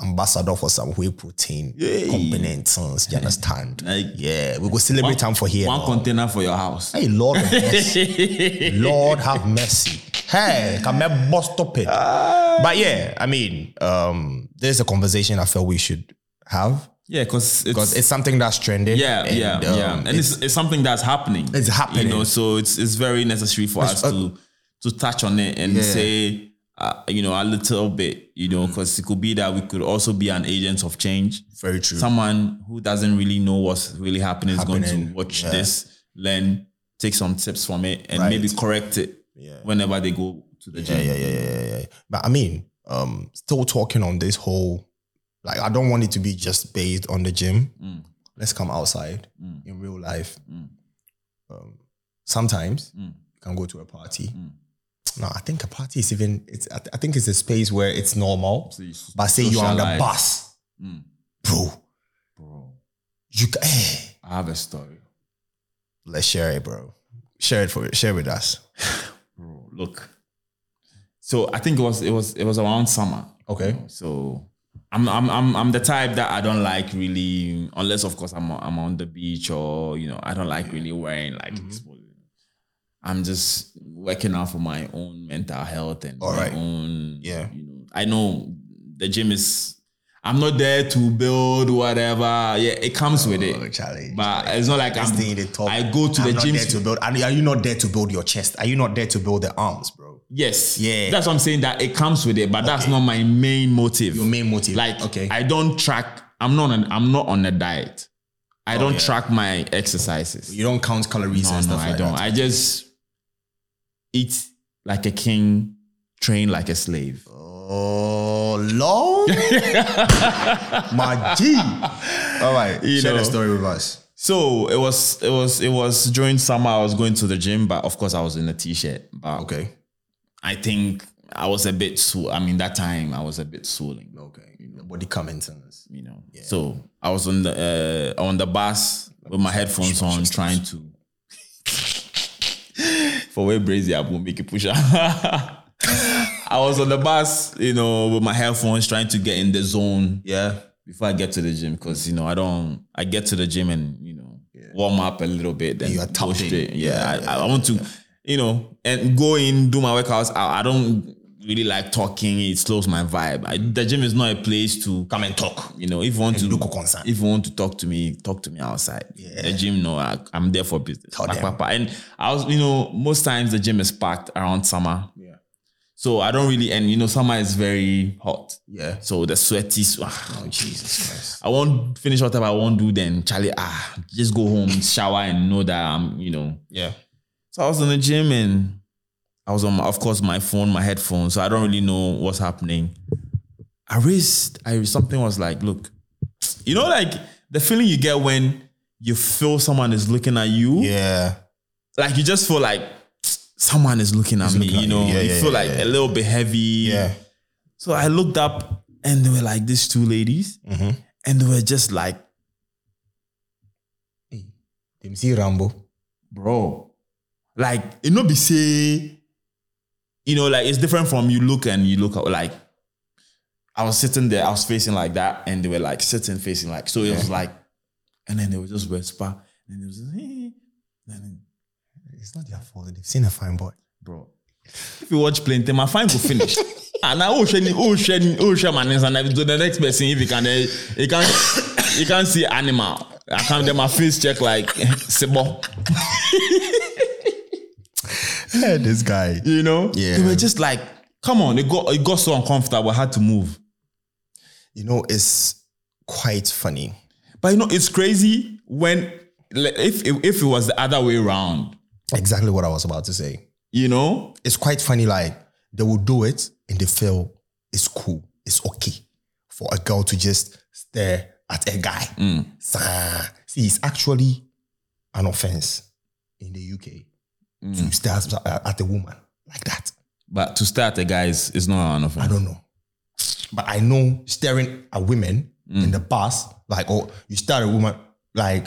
[SPEAKER 1] ambassador for some whey protein
[SPEAKER 2] Yeah.
[SPEAKER 1] components. You understand?
[SPEAKER 2] Like-
[SPEAKER 1] yeah, we go celebrate time for here.
[SPEAKER 2] One container for your house.
[SPEAKER 1] Hey, Lord have mercy. Lord have mercy. Hey, can I bust up it? but yeah, I mean, um, there's a conversation I felt we should have
[SPEAKER 2] Yeah, because
[SPEAKER 1] because
[SPEAKER 2] it's,
[SPEAKER 1] it's something that's trending.
[SPEAKER 2] yeah,
[SPEAKER 1] and,
[SPEAKER 2] yeah,
[SPEAKER 1] um,
[SPEAKER 2] yeah, and it's, it's something that's happening.
[SPEAKER 1] It's happening.
[SPEAKER 2] you know. So it's it's very necessary for us
[SPEAKER 1] uh,
[SPEAKER 2] to to touch on it and
[SPEAKER 1] Yeah. Mm.
[SPEAKER 2] say. Uh, you know, a little bit, you know, because it could be that we could also be an agent of change.
[SPEAKER 1] very true.
[SPEAKER 2] someone who doesn't really know what's really happening, is going to
[SPEAKER 1] Happening,
[SPEAKER 2] watch
[SPEAKER 1] yeah.
[SPEAKER 2] this, learn, take some tips from it, and
[SPEAKER 1] Right.
[SPEAKER 2] maybe correct it
[SPEAKER 1] Yeah.
[SPEAKER 2] whenever they go to the
[SPEAKER 1] yeah,
[SPEAKER 2] gym.
[SPEAKER 1] yeah, yeah, yeah, yeah, yeah. But I mean, um, still talking on this whole, like, I don't want it to be just based on the gym.
[SPEAKER 2] Mm.
[SPEAKER 1] Let's come outside
[SPEAKER 2] Mm.
[SPEAKER 1] in real life.
[SPEAKER 2] Mm.
[SPEAKER 1] Um, sometimes
[SPEAKER 2] Mm.
[SPEAKER 1] you can go to a party.
[SPEAKER 2] Mm.
[SPEAKER 1] No, I think a party is even. It's. I, th- I think it's a space where it's normal.
[SPEAKER 2] So you s-
[SPEAKER 1] But say you're on the
[SPEAKER 2] socialize.
[SPEAKER 1] bus,
[SPEAKER 2] Mm.
[SPEAKER 1] bro.
[SPEAKER 2] Bro,
[SPEAKER 1] You ca- eh.
[SPEAKER 2] I have a story.
[SPEAKER 1] let's share it, bro. Share it for share with us.
[SPEAKER 2] Bro, look. So I think it was it was it was around summer.
[SPEAKER 1] Okay.
[SPEAKER 2] know. So I'm I'm I'm I'm the type that I don't like really unless of course I'm I'm on the beach or you know I don't like really wearing like
[SPEAKER 1] Mm-hmm.
[SPEAKER 2] exposed. I'm just working out for my own mental health and
[SPEAKER 1] All
[SPEAKER 2] my
[SPEAKER 1] right.
[SPEAKER 2] own
[SPEAKER 1] Yeah.
[SPEAKER 2] You know, I know the gym is. I'm not there to build whatever. Yeah, it comes with
[SPEAKER 1] Oh,
[SPEAKER 2] it.
[SPEAKER 1] Charlie,
[SPEAKER 2] But it's not like I'm.
[SPEAKER 1] Stay in the top.
[SPEAKER 2] I go to
[SPEAKER 1] I'm
[SPEAKER 2] the
[SPEAKER 1] not
[SPEAKER 2] gym.
[SPEAKER 1] there to build. Are are you not there to build your chest? Are you not there to build the arms, bro?
[SPEAKER 2] yes.
[SPEAKER 1] Yeah.
[SPEAKER 2] That's what I'm saying. That it comes with it, but that's not my main motive.
[SPEAKER 1] Your main motive.
[SPEAKER 2] Like
[SPEAKER 1] okay,
[SPEAKER 2] I don't track. I'm not. On, I'm not on a diet. I don't
[SPEAKER 1] Oh, yeah.
[SPEAKER 2] track my exercises.
[SPEAKER 1] you don't count calories
[SPEAKER 2] no,
[SPEAKER 1] and
[SPEAKER 2] no,
[SPEAKER 1] stuff
[SPEAKER 2] I
[SPEAKER 1] like
[SPEAKER 2] don't.
[SPEAKER 1] that.
[SPEAKER 2] I just eat like a king, train like a slave.
[SPEAKER 1] oh Lord, my G. All right,
[SPEAKER 2] You
[SPEAKER 1] share
[SPEAKER 2] know.
[SPEAKER 1] the story with us.
[SPEAKER 2] So it was. It was. It was during summer. I was going to the gym, but of course I was in a t-shirt. But
[SPEAKER 1] Okay,
[SPEAKER 2] I think I was a bit. Sw- I mean, that time I was a bit swollen.
[SPEAKER 1] okay. Body comments on us.
[SPEAKER 2] you know. So I was on the uh, on the bus with my headphones on, trying to. For where brazy I will make a push up. I was on the bus, you know, with my headphones, trying to get in the zone.
[SPEAKER 1] Yeah.
[SPEAKER 2] before I get to the gym because you know I don't. I get to the gym and you know warm up a little bit. Then
[SPEAKER 1] You are
[SPEAKER 2] go
[SPEAKER 1] tapped in.
[SPEAKER 2] straight. Yeah,
[SPEAKER 1] Yeah,
[SPEAKER 2] I,
[SPEAKER 1] yeah,
[SPEAKER 2] I want to, you know, and go in do my workouts. I, I don't really like talking. It slows my vibe. I, the gym is not a place to
[SPEAKER 1] Come and talk.
[SPEAKER 2] you know, if you want to
[SPEAKER 1] look concerned.
[SPEAKER 2] if you want to talk to me, talk to me outside.
[SPEAKER 1] Yeah.
[SPEAKER 2] The gym, no, I, I'm there for business.
[SPEAKER 1] Tell
[SPEAKER 2] Pa-
[SPEAKER 1] them.
[SPEAKER 2] pa- pa. And I was, you know, most times the gym is packed around summer,
[SPEAKER 1] Yeah.
[SPEAKER 2] so I don't really. And you know, summer is very hot,
[SPEAKER 1] Yeah.
[SPEAKER 2] so the sweaty. s-
[SPEAKER 1] Oh, Jesus Christ.
[SPEAKER 2] I won't finish whatever I won't do. Then Charlie, ah, just go home, shower, and know that I'm, you know.
[SPEAKER 1] Yeah.
[SPEAKER 2] So I was in the gym and I was on, my, of course, my phone, my headphones. So I don't really know what's happening. I raised, I something was like, look, you know, like the feeling you get when you feel someone is looking at you.
[SPEAKER 1] Yeah.
[SPEAKER 2] Like you just feel like someone is looking at me.
[SPEAKER 1] looking at
[SPEAKER 2] you
[SPEAKER 1] you.
[SPEAKER 2] know,
[SPEAKER 1] Yeah,
[SPEAKER 2] you
[SPEAKER 1] yeah,
[SPEAKER 2] feel
[SPEAKER 1] yeah,
[SPEAKER 2] like
[SPEAKER 1] yeah.
[SPEAKER 2] a little bit heavy.
[SPEAKER 1] Yeah.
[SPEAKER 2] So I looked up and they were like these two ladies,
[SPEAKER 1] Mm-hmm.
[SPEAKER 2] and they were just like,
[SPEAKER 1] Dem see Rambo.
[SPEAKER 2] bro. Like it not be say, you know, like it's different from you look and you look at like. I was sitting there, I was facing like that, and they were like sitting facing like so. It was like, and then they were just whisper, and it was, just, "Eh." and then,
[SPEAKER 1] It's not their fault. They've seen a fine boy.
[SPEAKER 2] bro. If you watch plenty, my fine will finish. and I will share, will share, will share my names, and I will do the next person if you can, eh, you can, you can see animal. I can't get my face check like Sebo.
[SPEAKER 1] this guy.
[SPEAKER 2] you know
[SPEAKER 1] Yeah.
[SPEAKER 2] they were just like come on it got it got so uncomfortable i had to move
[SPEAKER 1] You know, it's quite funny.
[SPEAKER 2] but you know it's crazy when like, if if if it was the other way around
[SPEAKER 1] Exactly what I was about to say.
[SPEAKER 2] you know
[SPEAKER 1] It's quite funny. Like they will do it and they feel it's cool. It's okay for a girl to just stare at a guy. Sa- See, it's actually an offense in the UK to stare at at a woman like that.
[SPEAKER 2] but to start a guys is not an
[SPEAKER 1] I
[SPEAKER 2] offense
[SPEAKER 1] don't know. But I know staring at women in the past, like, oh, you stare at a woman, like,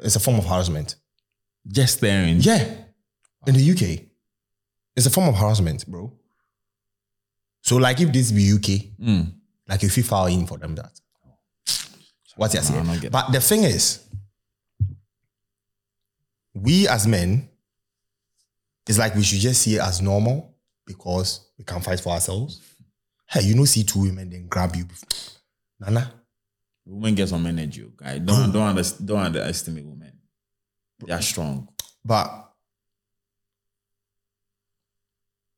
[SPEAKER 1] it's a form of harassment.
[SPEAKER 2] just staring
[SPEAKER 1] Yeah. In the UK, it's a form of harassment, bro. So, like, if this be UK,
[SPEAKER 2] Mm.
[SPEAKER 1] like, if you file in for them, that. What you
[SPEAKER 2] Nah,
[SPEAKER 1] saying?
[SPEAKER 2] I don't get
[SPEAKER 1] But the thing is, we as men, it's like we should just see it as normal because we can fight for ourselves. Hey, you know, see two women then grab you. Nana,
[SPEAKER 2] women get some energy oh, guy don't don't, under, don't underestimate women they are strong
[SPEAKER 1] But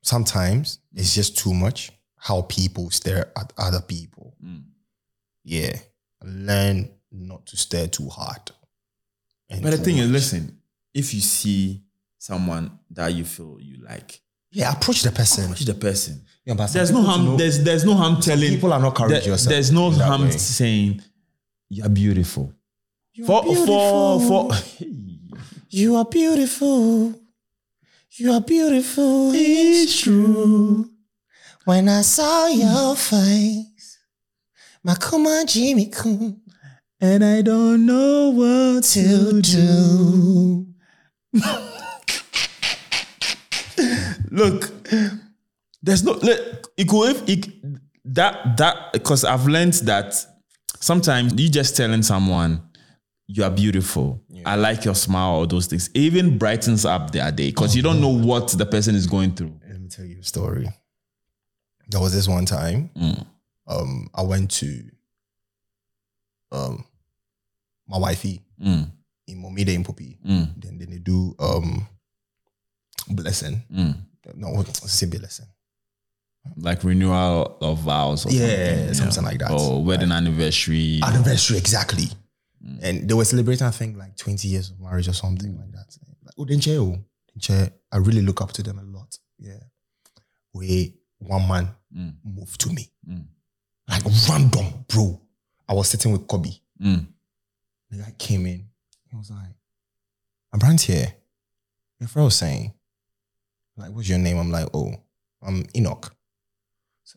[SPEAKER 1] sometimes it's just too much how people stare at other people.
[SPEAKER 2] Mm.
[SPEAKER 1] Yeah. Learn not to stare too hard. And
[SPEAKER 2] but the
[SPEAKER 1] too
[SPEAKER 2] thing is
[SPEAKER 1] much.
[SPEAKER 2] listen if you see someone that you feel you like
[SPEAKER 1] yeah, approach the person.
[SPEAKER 2] watch the person
[SPEAKER 1] Yeah, but
[SPEAKER 2] there's no
[SPEAKER 1] people to
[SPEAKER 2] harm
[SPEAKER 1] know-
[SPEAKER 2] there's there's no harm telling
[SPEAKER 1] people are not courageous. uh,
[SPEAKER 2] There- There's no
[SPEAKER 1] in that
[SPEAKER 2] harm
[SPEAKER 1] way.
[SPEAKER 2] saying you're beautiful.
[SPEAKER 1] You're
[SPEAKER 2] for
[SPEAKER 1] beautiful.
[SPEAKER 2] for for
[SPEAKER 1] You are beautiful. You are beautiful.
[SPEAKER 2] it's true.
[SPEAKER 1] When I saw your face, Makuma Jimmy Kun.
[SPEAKER 2] And I don't know what
[SPEAKER 1] to do.
[SPEAKER 2] Look, there's no look, it could if it, that that because I've learned that sometimes you just telling someone you are beautiful. I like your smile or those things. It even brightens up their day because you
[SPEAKER 1] Uh-huh.
[SPEAKER 2] don't know what the person is going through.
[SPEAKER 1] Let me tell you a story. There was this one time,
[SPEAKER 2] Mm.
[SPEAKER 1] um, I went to um my wifey
[SPEAKER 2] Mm,
[SPEAKER 1] in Momide in Popi.
[SPEAKER 2] mm,
[SPEAKER 1] Then then they do um blessing.
[SPEAKER 2] mm.
[SPEAKER 1] No, what's say blessing?
[SPEAKER 2] like renewal of vows or
[SPEAKER 1] Yeah,
[SPEAKER 2] something, you
[SPEAKER 1] something
[SPEAKER 2] know,
[SPEAKER 1] like that.
[SPEAKER 2] or wedding anniversary
[SPEAKER 1] Anniversary, exactly. And they were celebrating, I think, like 20 years of marriage or something like that. Like, oh, Denche, oh, Denche, I really look up to them a lot. Yeah. We one man
[SPEAKER 2] Mm.
[SPEAKER 1] moved to me.
[SPEAKER 2] Mm.
[SPEAKER 1] Like random, bro. I was sitting with Kobe.
[SPEAKER 2] Mm.
[SPEAKER 1] The guy came in. He was like, I'm Brant here. Your friend was saying, like, what's your name? I'm like, oh, I'm Enoch. So,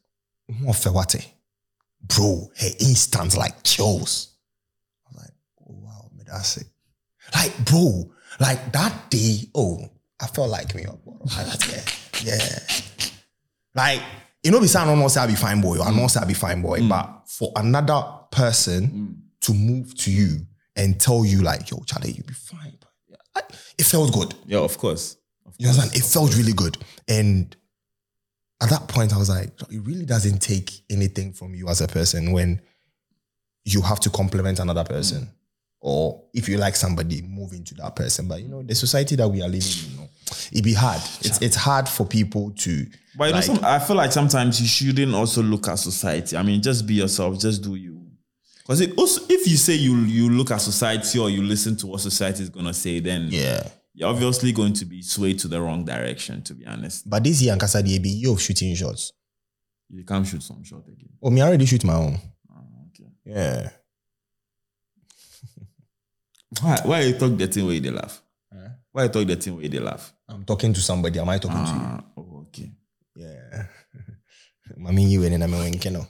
[SPEAKER 1] "Mo Fewate." Bro, her instance like chills. I was like, oh, wow, man, that's it. Like, bro, like that day, oh, I felt like me. oh, bro, I was like, yeah, yeah. Like, You know, beside I don't know say I be fine boy, or I know say I be fine boy, but for another person to move to you and tell you like, yo, Charlie, you be fine. But I- it felt good.
[SPEAKER 2] Yeah, of course. Of
[SPEAKER 1] You understand? It felt really good. And at that point, I was like, it really doesn't take anything from you as a person when you have to compliment another person. Or if you like somebody, move into that person. But you know, the society that we are living in, you know, it be hard. It's it's hard for people to
[SPEAKER 2] But you
[SPEAKER 1] like,
[SPEAKER 2] know, some, I feel like sometimes you shouldn't also look at society. I mean, just be yourself, just do you. Because it also, if you say you you look at society or you listen to what society is gonna say, then
[SPEAKER 1] Yeah.
[SPEAKER 2] you're obviously going to be swayed to the wrong direction. To be honest,
[SPEAKER 1] But this year, Ankasa DAB, you're shooting shots.
[SPEAKER 2] you can't shoot some shot again.
[SPEAKER 1] Oh, me, I already shoot my own.
[SPEAKER 2] Oh, okay.
[SPEAKER 1] Yeah.
[SPEAKER 2] Why why you talk the thing where they laugh?
[SPEAKER 1] Eh?
[SPEAKER 2] Why you talk the thing where they laugh?
[SPEAKER 1] I'm talking to somebody. Am I talking
[SPEAKER 2] Ah, oh, okay.
[SPEAKER 1] to you? Yeah. Mami, you and I mean, you know.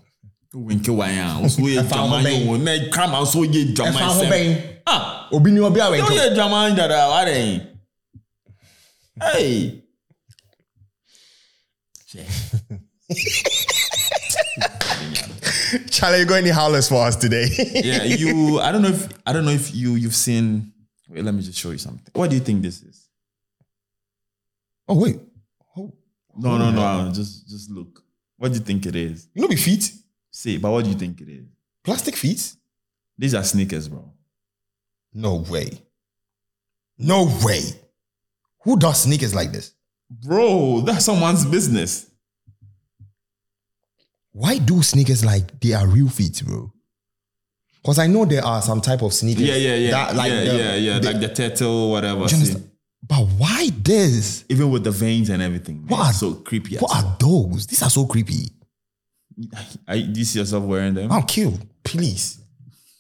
[SPEAKER 2] Winky wanya, so ye
[SPEAKER 1] Ɛfa ho
[SPEAKER 2] drama
[SPEAKER 1] bɛn?
[SPEAKER 2] yo, ne come out so ye drama sem. Ah,
[SPEAKER 1] obi ni obi awɛ
[SPEAKER 2] yo ye drama dada, why dey? Hey.
[SPEAKER 1] Charlie, you got any howlers for us today?
[SPEAKER 2] yeah, you. I don't know if I don't know if you you've seen. Wait, let me just show you something. What do you think this is?
[SPEAKER 1] oh wait, oh,
[SPEAKER 2] No, no, no. Just just look. What do you think it is?
[SPEAKER 1] you know be feet,
[SPEAKER 2] See, but what do you think it is?
[SPEAKER 1] plastic feet?
[SPEAKER 2] These are sneakers, bro.
[SPEAKER 1] No way, no way. Who does sneakers like this?
[SPEAKER 2] Bro, that's someone's business.
[SPEAKER 1] Why do sneakers like they are real feet, bro? Because I know there are some type of sneakers.
[SPEAKER 2] Yeah, yeah, yeah,
[SPEAKER 1] That, like
[SPEAKER 2] yeah,
[SPEAKER 1] the-
[SPEAKER 2] yeah, yeah.
[SPEAKER 1] the-
[SPEAKER 2] like the turtle, whatever.
[SPEAKER 1] Do you
[SPEAKER 2] See,
[SPEAKER 1] understand? But why this?
[SPEAKER 2] even with the veins and everything. Man,
[SPEAKER 1] What are-
[SPEAKER 2] so creepy. as-
[SPEAKER 1] What are those? These are so creepy.
[SPEAKER 2] I, do you see yourself wearing them?
[SPEAKER 1] I'm killed. Please.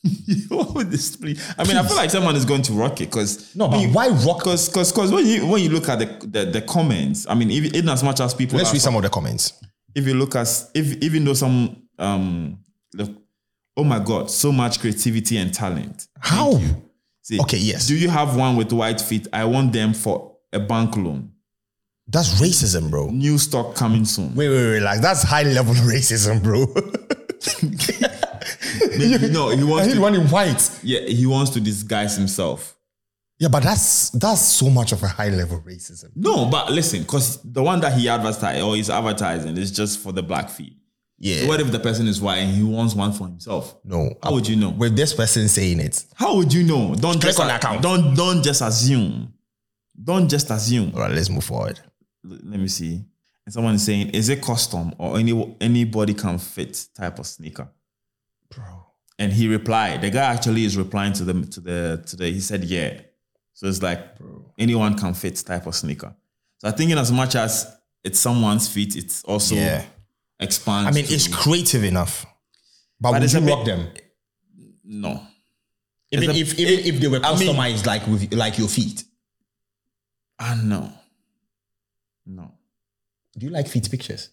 [SPEAKER 2] what would this be? I mean, I feel like someone is going to rock it because
[SPEAKER 1] No, but why rock?
[SPEAKER 2] Because, because, because when you when you look at the the, the comments, I mean, even, even as much as people,
[SPEAKER 1] Let's
[SPEAKER 2] are-
[SPEAKER 1] read some of the comments.
[SPEAKER 2] if you look at if even though some um, look, oh my god, so much creativity and talent.
[SPEAKER 1] How?
[SPEAKER 2] See,
[SPEAKER 1] Okay, yes.
[SPEAKER 2] Do you have one with white feet? I want them for a bank loan.
[SPEAKER 1] That's racism, bro.
[SPEAKER 2] New stock coming soon.
[SPEAKER 1] Wait, wait, wait. Like, that's high level racism, bro.
[SPEAKER 2] Maybe, no, he
[SPEAKER 1] I
[SPEAKER 2] wants
[SPEAKER 1] need
[SPEAKER 2] to,
[SPEAKER 1] one in white.
[SPEAKER 2] yeah, he wants to disguise himself.
[SPEAKER 1] Yeah, but that's that's so much of a high level racism.
[SPEAKER 2] No, but listen, because the one that he advertised or is advertising is just for the black feet.
[SPEAKER 1] Yeah.
[SPEAKER 2] What if the person is white and he wants one for himself?
[SPEAKER 1] No.
[SPEAKER 2] How would you know?
[SPEAKER 1] With this person saying it.
[SPEAKER 2] How would you know? Don't
[SPEAKER 1] Click
[SPEAKER 2] just
[SPEAKER 1] on the account.
[SPEAKER 2] Don't don't just assume. Don't just assume.
[SPEAKER 1] All right, let's move forward.
[SPEAKER 2] L- Let me see. And someone is saying, is it custom or any anybody can fit type of sneaker?
[SPEAKER 1] Bro.
[SPEAKER 2] And he replied. The guy actually is replying to the to the to the. He said, yeah. So it's like anyone can fit type of sneaker. So I think in as much as it's someone's feet, it's also
[SPEAKER 1] Yeah.
[SPEAKER 2] expands.
[SPEAKER 1] I mean,
[SPEAKER 2] to-
[SPEAKER 1] it's creative enough. But,
[SPEAKER 2] But
[SPEAKER 1] would
[SPEAKER 2] it's
[SPEAKER 1] you
[SPEAKER 2] a bit-
[SPEAKER 1] rock them?
[SPEAKER 2] no.
[SPEAKER 1] Even
[SPEAKER 2] It's a-
[SPEAKER 1] if even if they were
[SPEAKER 2] I mean-
[SPEAKER 1] customized like with like your feet.
[SPEAKER 2] Ah no. No.
[SPEAKER 1] Do you like feet pictures?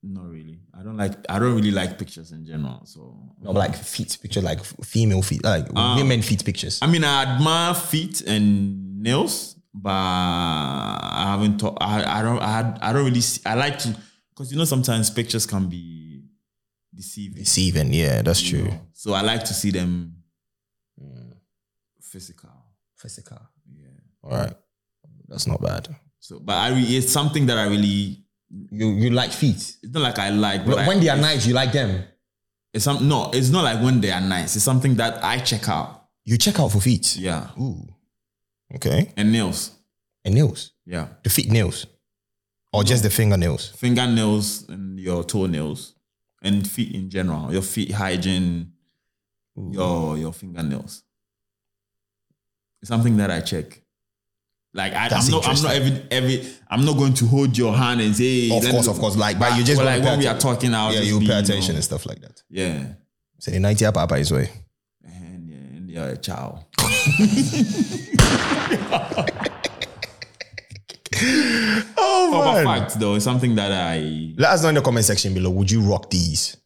[SPEAKER 2] Not really. I don't like. I don't really like pictures in general. So
[SPEAKER 1] No, but like feet picture, like f- female feet, like women feet pictures.
[SPEAKER 2] I mean, I admire feet and nails, but I haven't. Thought, I I don't. I I don't really. See, I like to because you know sometimes pictures can be deceiving.
[SPEAKER 1] It's even, yeah, that's true. Mm.
[SPEAKER 2] So I like to see them physical.
[SPEAKER 1] Physical.
[SPEAKER 2] Yeah.
[SPEAKER 1] All right. That's not bad.
[SPEAKER 2] So, but I re- it's something that I really.
[SPEAKER 1] You you like feet.
[SPEAKER 2] It's not like I like. But
[SPEAKER 1] when
[SPEAKER 2] I,
[SPEAKER 1] they are nice, you like them.
[SPEAKER 2] it's some, no, it's not like when they are nice. It's something that I check out.
[SPEAKER 1] You check out for feet.
[SPEAKER 2] Yeah.
[SPEAKER 1] Ooh. Okay.
[SPEAKER 2] And nails.
[SPEAKER 1] And nails.
[SPEAKER 2] Yeah.
[SPEAKER 1] The feet nails. Or just the fingernails.
[SPEAKER 2] fingernails and your toenails and feet in general your feet hygiene your your fingernails it's something that i check like I,
[SPEAKER 1] That's
[SPEAKER 2] i'm not i'm not every every i'm not going to hold your hand and say
[SPEAKER 1] Of
[SPEAKER 2] let
[SPEAKER 1] course,
[SPEAKER 2] me-
[SPEAKER 1] of course. Ah, Like, but you just
[SPEAKER 2] like
[SPEAKER 1] wanna
[SPEAKER 2] when
[SPEAKER 1] pay
[SPEAKER 2] we are
[SPEAKER 1] atten-
[SPEAKER 2] talking out
[SPEAKER 1] Yeah, you pay attention and stuff like that.
[SPEAKER 2] yeah
[SPEAKER 1] Say the 90 up up his way.
[SPEAKER 2] and, yeah, and you're a child
[SPEAKER 1] Oh
[SPEAKER 2] but fact though it's something that i
[SPEAKER 1] Let us know in the comment section below. Would you rock these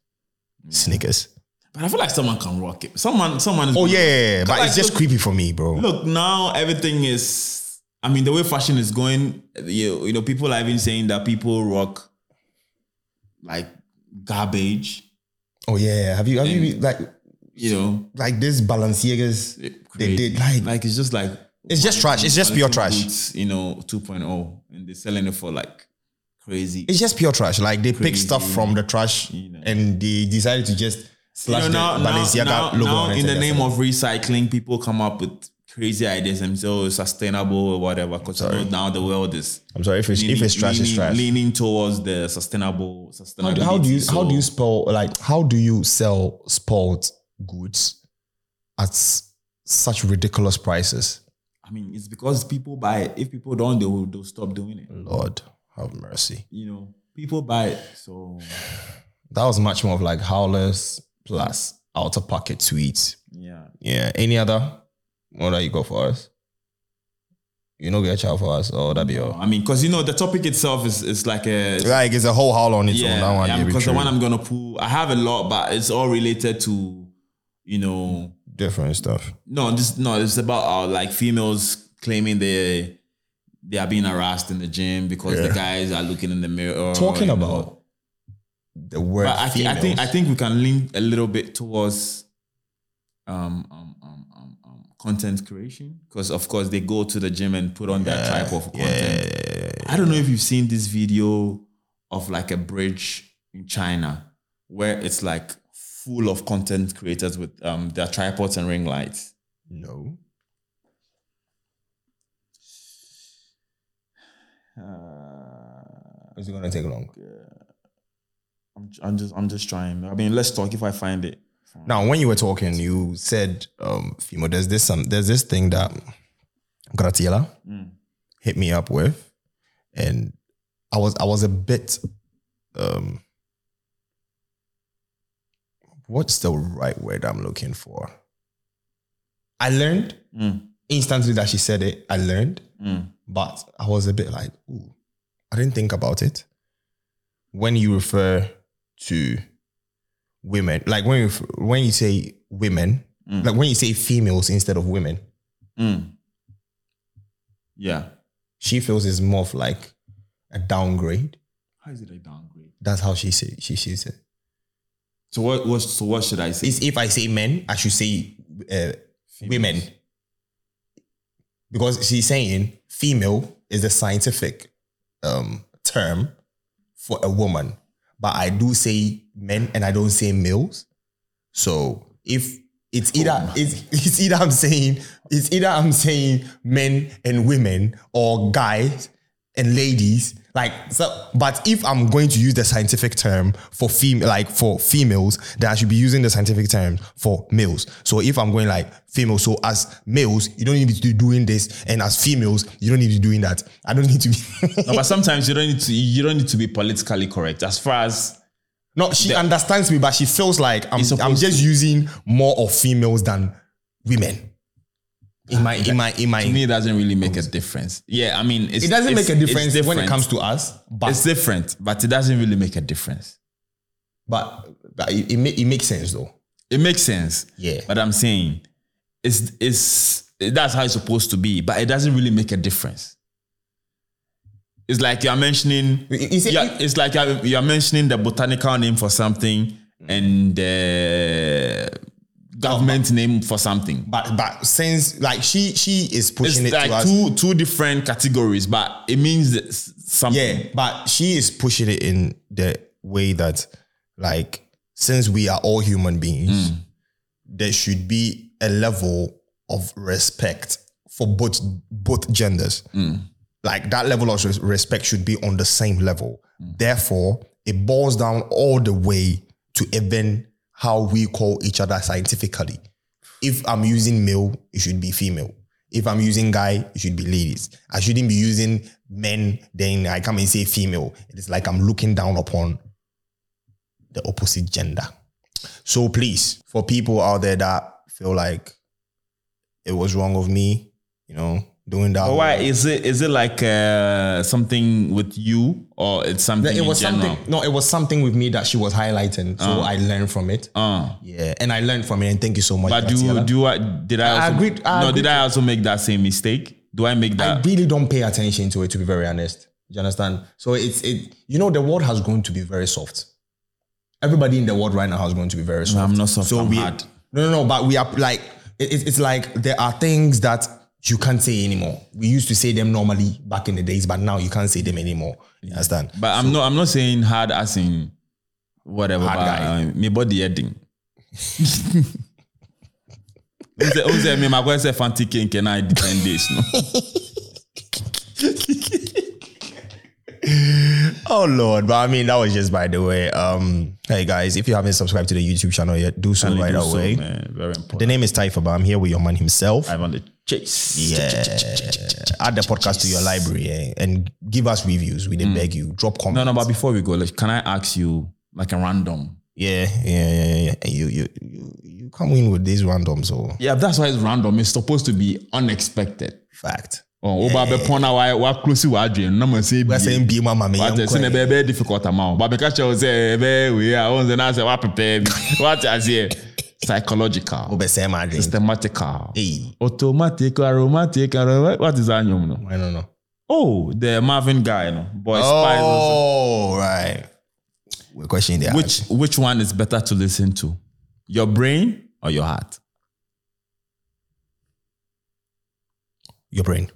[SPEAKER 1] Mm. sneakers?
[SPEAKER 2] but i feel like someone can rock it someone someone is
[SPEAKER 1] Oh yeah, but
[SPEAKER 2] Like,
[SPEAKER 1] it's just
[SPEAKER 2] look-
[SPEAKER 1] creepy for me, bro.
[SPEAKER 2] Look, now everything is. I mean, the way fashion is going, you, you know, people have been saying that people rock like garbage,
[SPEAKER 1] Oh yeah. Have you have you like
[SPEAKER 2] you know.
[SPEAKER 1] like this Balenciagas? They
[SPEAKER 2] create-
[SPEAKER 1] did like
[SPEAKER 2] like it's just like
[SPEAKER 1] It's just trash. It's just pure trash.
[SPEAKER 2] Boots, you know, 2.0, and they're selling it for like crazy.
[SPEAKER 1] it's just pure trash. Like they pick
[SPEAKER 2] Crazy.
[SPEAKER 1] stuff from the trash
[SPEAKER 2] You know.
[SPEAKER 1] and they decided to just
[SPEAKER 2] You
[SPEAKER 1] slash
[SPEAKER 2] know, now,
[SPEAKER 1] the
[SPEAKER 2] now,
[SPEAKER 1] Balenciaga
[SPEAKER 2] now,
[SPEAKER 1] logo
[SPEAKER 2] now
[SPEAKER 1] on it
[SPEAKER 2] in
[SPEAKER 1] and
[SPEAKER 2] the
[SPEAKER 1] that's
[SPEAKER 2] name
[SPEAKER 1] it.
[SPEAKER 2] of recycling, people come up with crazy ideas and say, "Oh, it's sustainable or whatever." Because now the world is
[SPEAKER 1] I'm sorry if it's if it's trash,
[SPEAKER 2] leaning,
[SPEAKER 1] it's trash.
[SPEAKER 2] leaning towards the sustainable
[SPEAKER 1] How
[SPEAKER 2] sustainability.
[SPEAKER 1] do, how do you how do you
[SPEAKER 2] So
[SPEAKER 1] spell like how do you sell sport goods at s- such ridiculous prices?
[SPEAKER 2] I mean, it's because people buy it. If people don't, they will they'll stop doing it.
[SPEAKER 1] Lord have mercy.
[SPEAKER 2] You know, people buy it. So
[SPEAKER 1] That was much more of like howlers plus outer pocket tweets.
[SPEAKER 2] yeah,
[SPEAKER 1] Yeah. Any other one that you got for us? You know, get a child for us, or that'd be all.
[SPEAKER 2] I mean, because you know, the topic itself is is like a
[SPEAKER 1] Like it's a whole howl on its own. That one, yeah,
[SPEAKER 2] because the
[SPEAKER 1] true.
[SPEAKER 2] one I'm gonna pull, I have a lot, but it's all related to, you know,
[SPEAKER 1] different stuff.
[SPEAKER 2] no, this no, it's about uh, like females claiming they they are being harassed in the gym because
[SPEAKER 1] Yeah.
[SPEAKER 2] the guys are looking in the mirror.
[SPEAKER 1] Talking
[SPEAKER 2] you know.
[SPEAKER 1] about the word
[SPEAKER 2] but I, thi- I think I
[SPEAKER 1] females.
[SPEAKER 2] think we can lean a little bit towards um um um, um, um content creation because of course they go to the gym and put on that type of content.
[SPEAKER 1] Uh,
[SPEAKER 2] I don't know if you've seen this video of like a bridge in China where it's like full of content creators with um, their tripods and ring lights.
[SPEAKER 1] no.
[SPEAKER 2] Uh,
[SPEAKER 1] Is it gonna take long?
[SPEAKER 2] I'm, I'm just I'm just trying. I mean, let's talk if I find it.
[SPEAKER 1] Now, when you were talking, you said, um, Fimo, there's this some there's this thing that Gratiela
[SPEAKER 2] Mm,
[SPEAKER 1] hit me up with, and I was I was a bit um what's the right word I'm looking for? I learned
[SPEAKER 2] Mm.
[SPEAKER 1] instantly that she said it, I learned,
[SPEAKER 2] Mm.
[SPEAKER 1] but I was a bit like, ooh, I didn't think about it. When you refer to women, like when you when you say women,
[SPEAKER 2] Mm.
[SPEAKER 1] like when you say females instead of women,
[SPEAKER 2] Mm. Yeah.
[SPEAKER 1] she feels it's more of like a downgrade.
[SPEAKER 2] How is it a downgrade?
[SPEAKER 1] That's how she say she she said.
[SPEAKER 2] So what was so what should I say?
[SPEAKER 1] It's if I say men, I should say uh, women because she's saying female is the scientific um, term for a woman, but I do say men and I don't say males. So if it's either
[SPEAKER 2] my.
[SPEAKER 1] it's, it's either I'm saying it's either I'm saying men and women or guys and ladies like so but if I'm going to use the scientific term for female like for females then I should be using the scientific term for males so if I'm going like female so as males you don't need to be doing this and as females you don't need to be doing that I don't need to be
[SPEAKER 2] No, but sometimes you don't need to you don't need to be politically correct as far as
[SPEAKER 1] no she understands me but she feels like I'm, I'm
[SPEAKER 2] supposed
[SPEAKER 1] just using more of females than women in my in my in my
[SPEAKER 2] to me it doesn't really make a difference. Yeah, I mean it's,
[SPEAKER 1] it doesn't
[SPEAKER 2] it's-
[SPEAKER 1] make a
[SPEAKER 2] it's
[SPEAKER 1] difference when it
[SPEAKER 2] different.
[SPEAKER 1] comes to us but
[SPEAKER 2] it's different, but it doesn't really make a difference.
[SPEAKER 1] but, but it, it, ma- it makes sense though
[SPEAKER 2] It makes sense.
[SPEAKER 1] Yeah.
[SPEAKER 2] But I'm saying it's it's that's how it's supposed to be, but it doesn't really make a difference. It's like you're mentioning
[SPEAKER 1] It- it's-
[SPEAKER 2] yeah, it's like you're, you're mentioning the botanical name for something and the government name for something.
[SPEAKER 1] but but since like she she is pushing
[SPEAKER 2] It's
[SPEAKER 1] it to
[SPEAKER 2] like
[SPEAKER 1] us
[SPEAKER 2] two two different categories, but it means s- something.
[SPEAKER 1] yeah but she is pushing it in the way that like since we are all human beings there should be a level of respect for both both genders like that level of res- respect should be on the same level therefore it boils down all the way to even how we call each other scientifically if i'm using male it should be female if i'm using guy it should be ladies i shouldn't be using men then i come and say female it's like i'm looking down upon the opposite gender so please, for people out there that feel like it was wrong of me, you know, doing that.
[SPEAKER 2] But why is it is it like uh, something with you or it's something
[SPEAKER 1] it was
[SPEAKER 2] in general? Ah.
[SPEAKER 1] something. No, it was something with me that she was highlighting, so I learned from it.
[SPEAKER 2] Uh,
[SPEAKER 1] yeah, and I learned from it, and thank you so much.
[SPEAKER 2] but do
[SPEAKER 1] Graciela.
[SPEAKER 2] do I did I, also,
[SPEAKER 1] agreed- I
[SPEAKER 2] no
[SPEAKER 1] agreed
[SPEAKER 2] did I also make that same mistake? Do I make
[SPEAKER 1] I
[SPEAKER 2] that?
[SPEAKER 1] really don't pay attention to it, to be very honest. You understand? So it's it. You know, the world has grown to be very soft. everybody in the world right now is going to be very soft.
[SPEAKER 2] I'm not soft,
[SPEAKER 1] So
[SPEAKER 2] I'm
[SPEAKER 1] we,
[SPEAKER 2] hard.
[SPEAKER 1] no, no, no. But we are like, it, it's- it's like there are things that you can't say anymore. We used to say them normally back in the days, but now you can't say them anymore. You understand?
[SPEAKER 2] But I'm not. I'm not saying hard as in whatever.
[SPEAKER 1] Hard
[SPEAKER 2] but,
[SPEAKER 1] guy.
[SPEAKER 2] uh, me body heading. Ose ose me mago ose fanti king can I de- ten days no.
[SPEAKER 1] Oh Lord, but I mean that was just by the way. Um, hey guys, if you haven't subscribed to the YouTube channel yet, do so right
[SPEAKER 2] Do so,
[SPEAKER 1] away.
[SPEAKER 2] man. Very
[SPEAKER 1] the
[SPEAKER 2] important.
[SPEAKER 1] name is Taifa, but I'm here with your man himself.
[SPEAKER 2] I'm on the chase.
[SPEAKER 1] Yeah. Add the podcast to your library eh, and give us reviews. We didn't beg you. Drop comments.
[SPEAKER 2] Mm. No, no. But before we go, like, can I ask you like a random?
[SPEAKER 1] Yeah, yeah, yeah, yeah. And you, you, you, you come in with these random so
[SPEAKER 2] Yeah, that's why it's random. It's supposed to be unexpected.
[SPEAKER 1] fact.
[SPEAKER 2] Oh, yeah. oba bɛpɔn na wa wa close wa adrian na ma se
[SPEAKER 1] We're saying be mama me.
[SPEAKER 2] wate sɛ na ɛbɛyɛ bɛyɛ difficult ama wo ba meka kyerɛ wo sɛ ɛbɛyɛ wei a wo sɛ na sɛ woapepɛɛ bi wate aseɛ psychological
[SPEAKER 1] I
[SPEAKER 2] systematical automatic aromatic aro- what is that nyom no
[SPEAKER 1] don't know.
[SPEAKER 2] oh the marvin guy no boy spies also.
[SPEAKER 1] Oh, right. We're questioning the
[SPEAKER 2] which
[SPEAKER 1] answer.
[SPEAKER 2] which one is better to listen to your brain or your heart
[SPEAKER 1] your brain.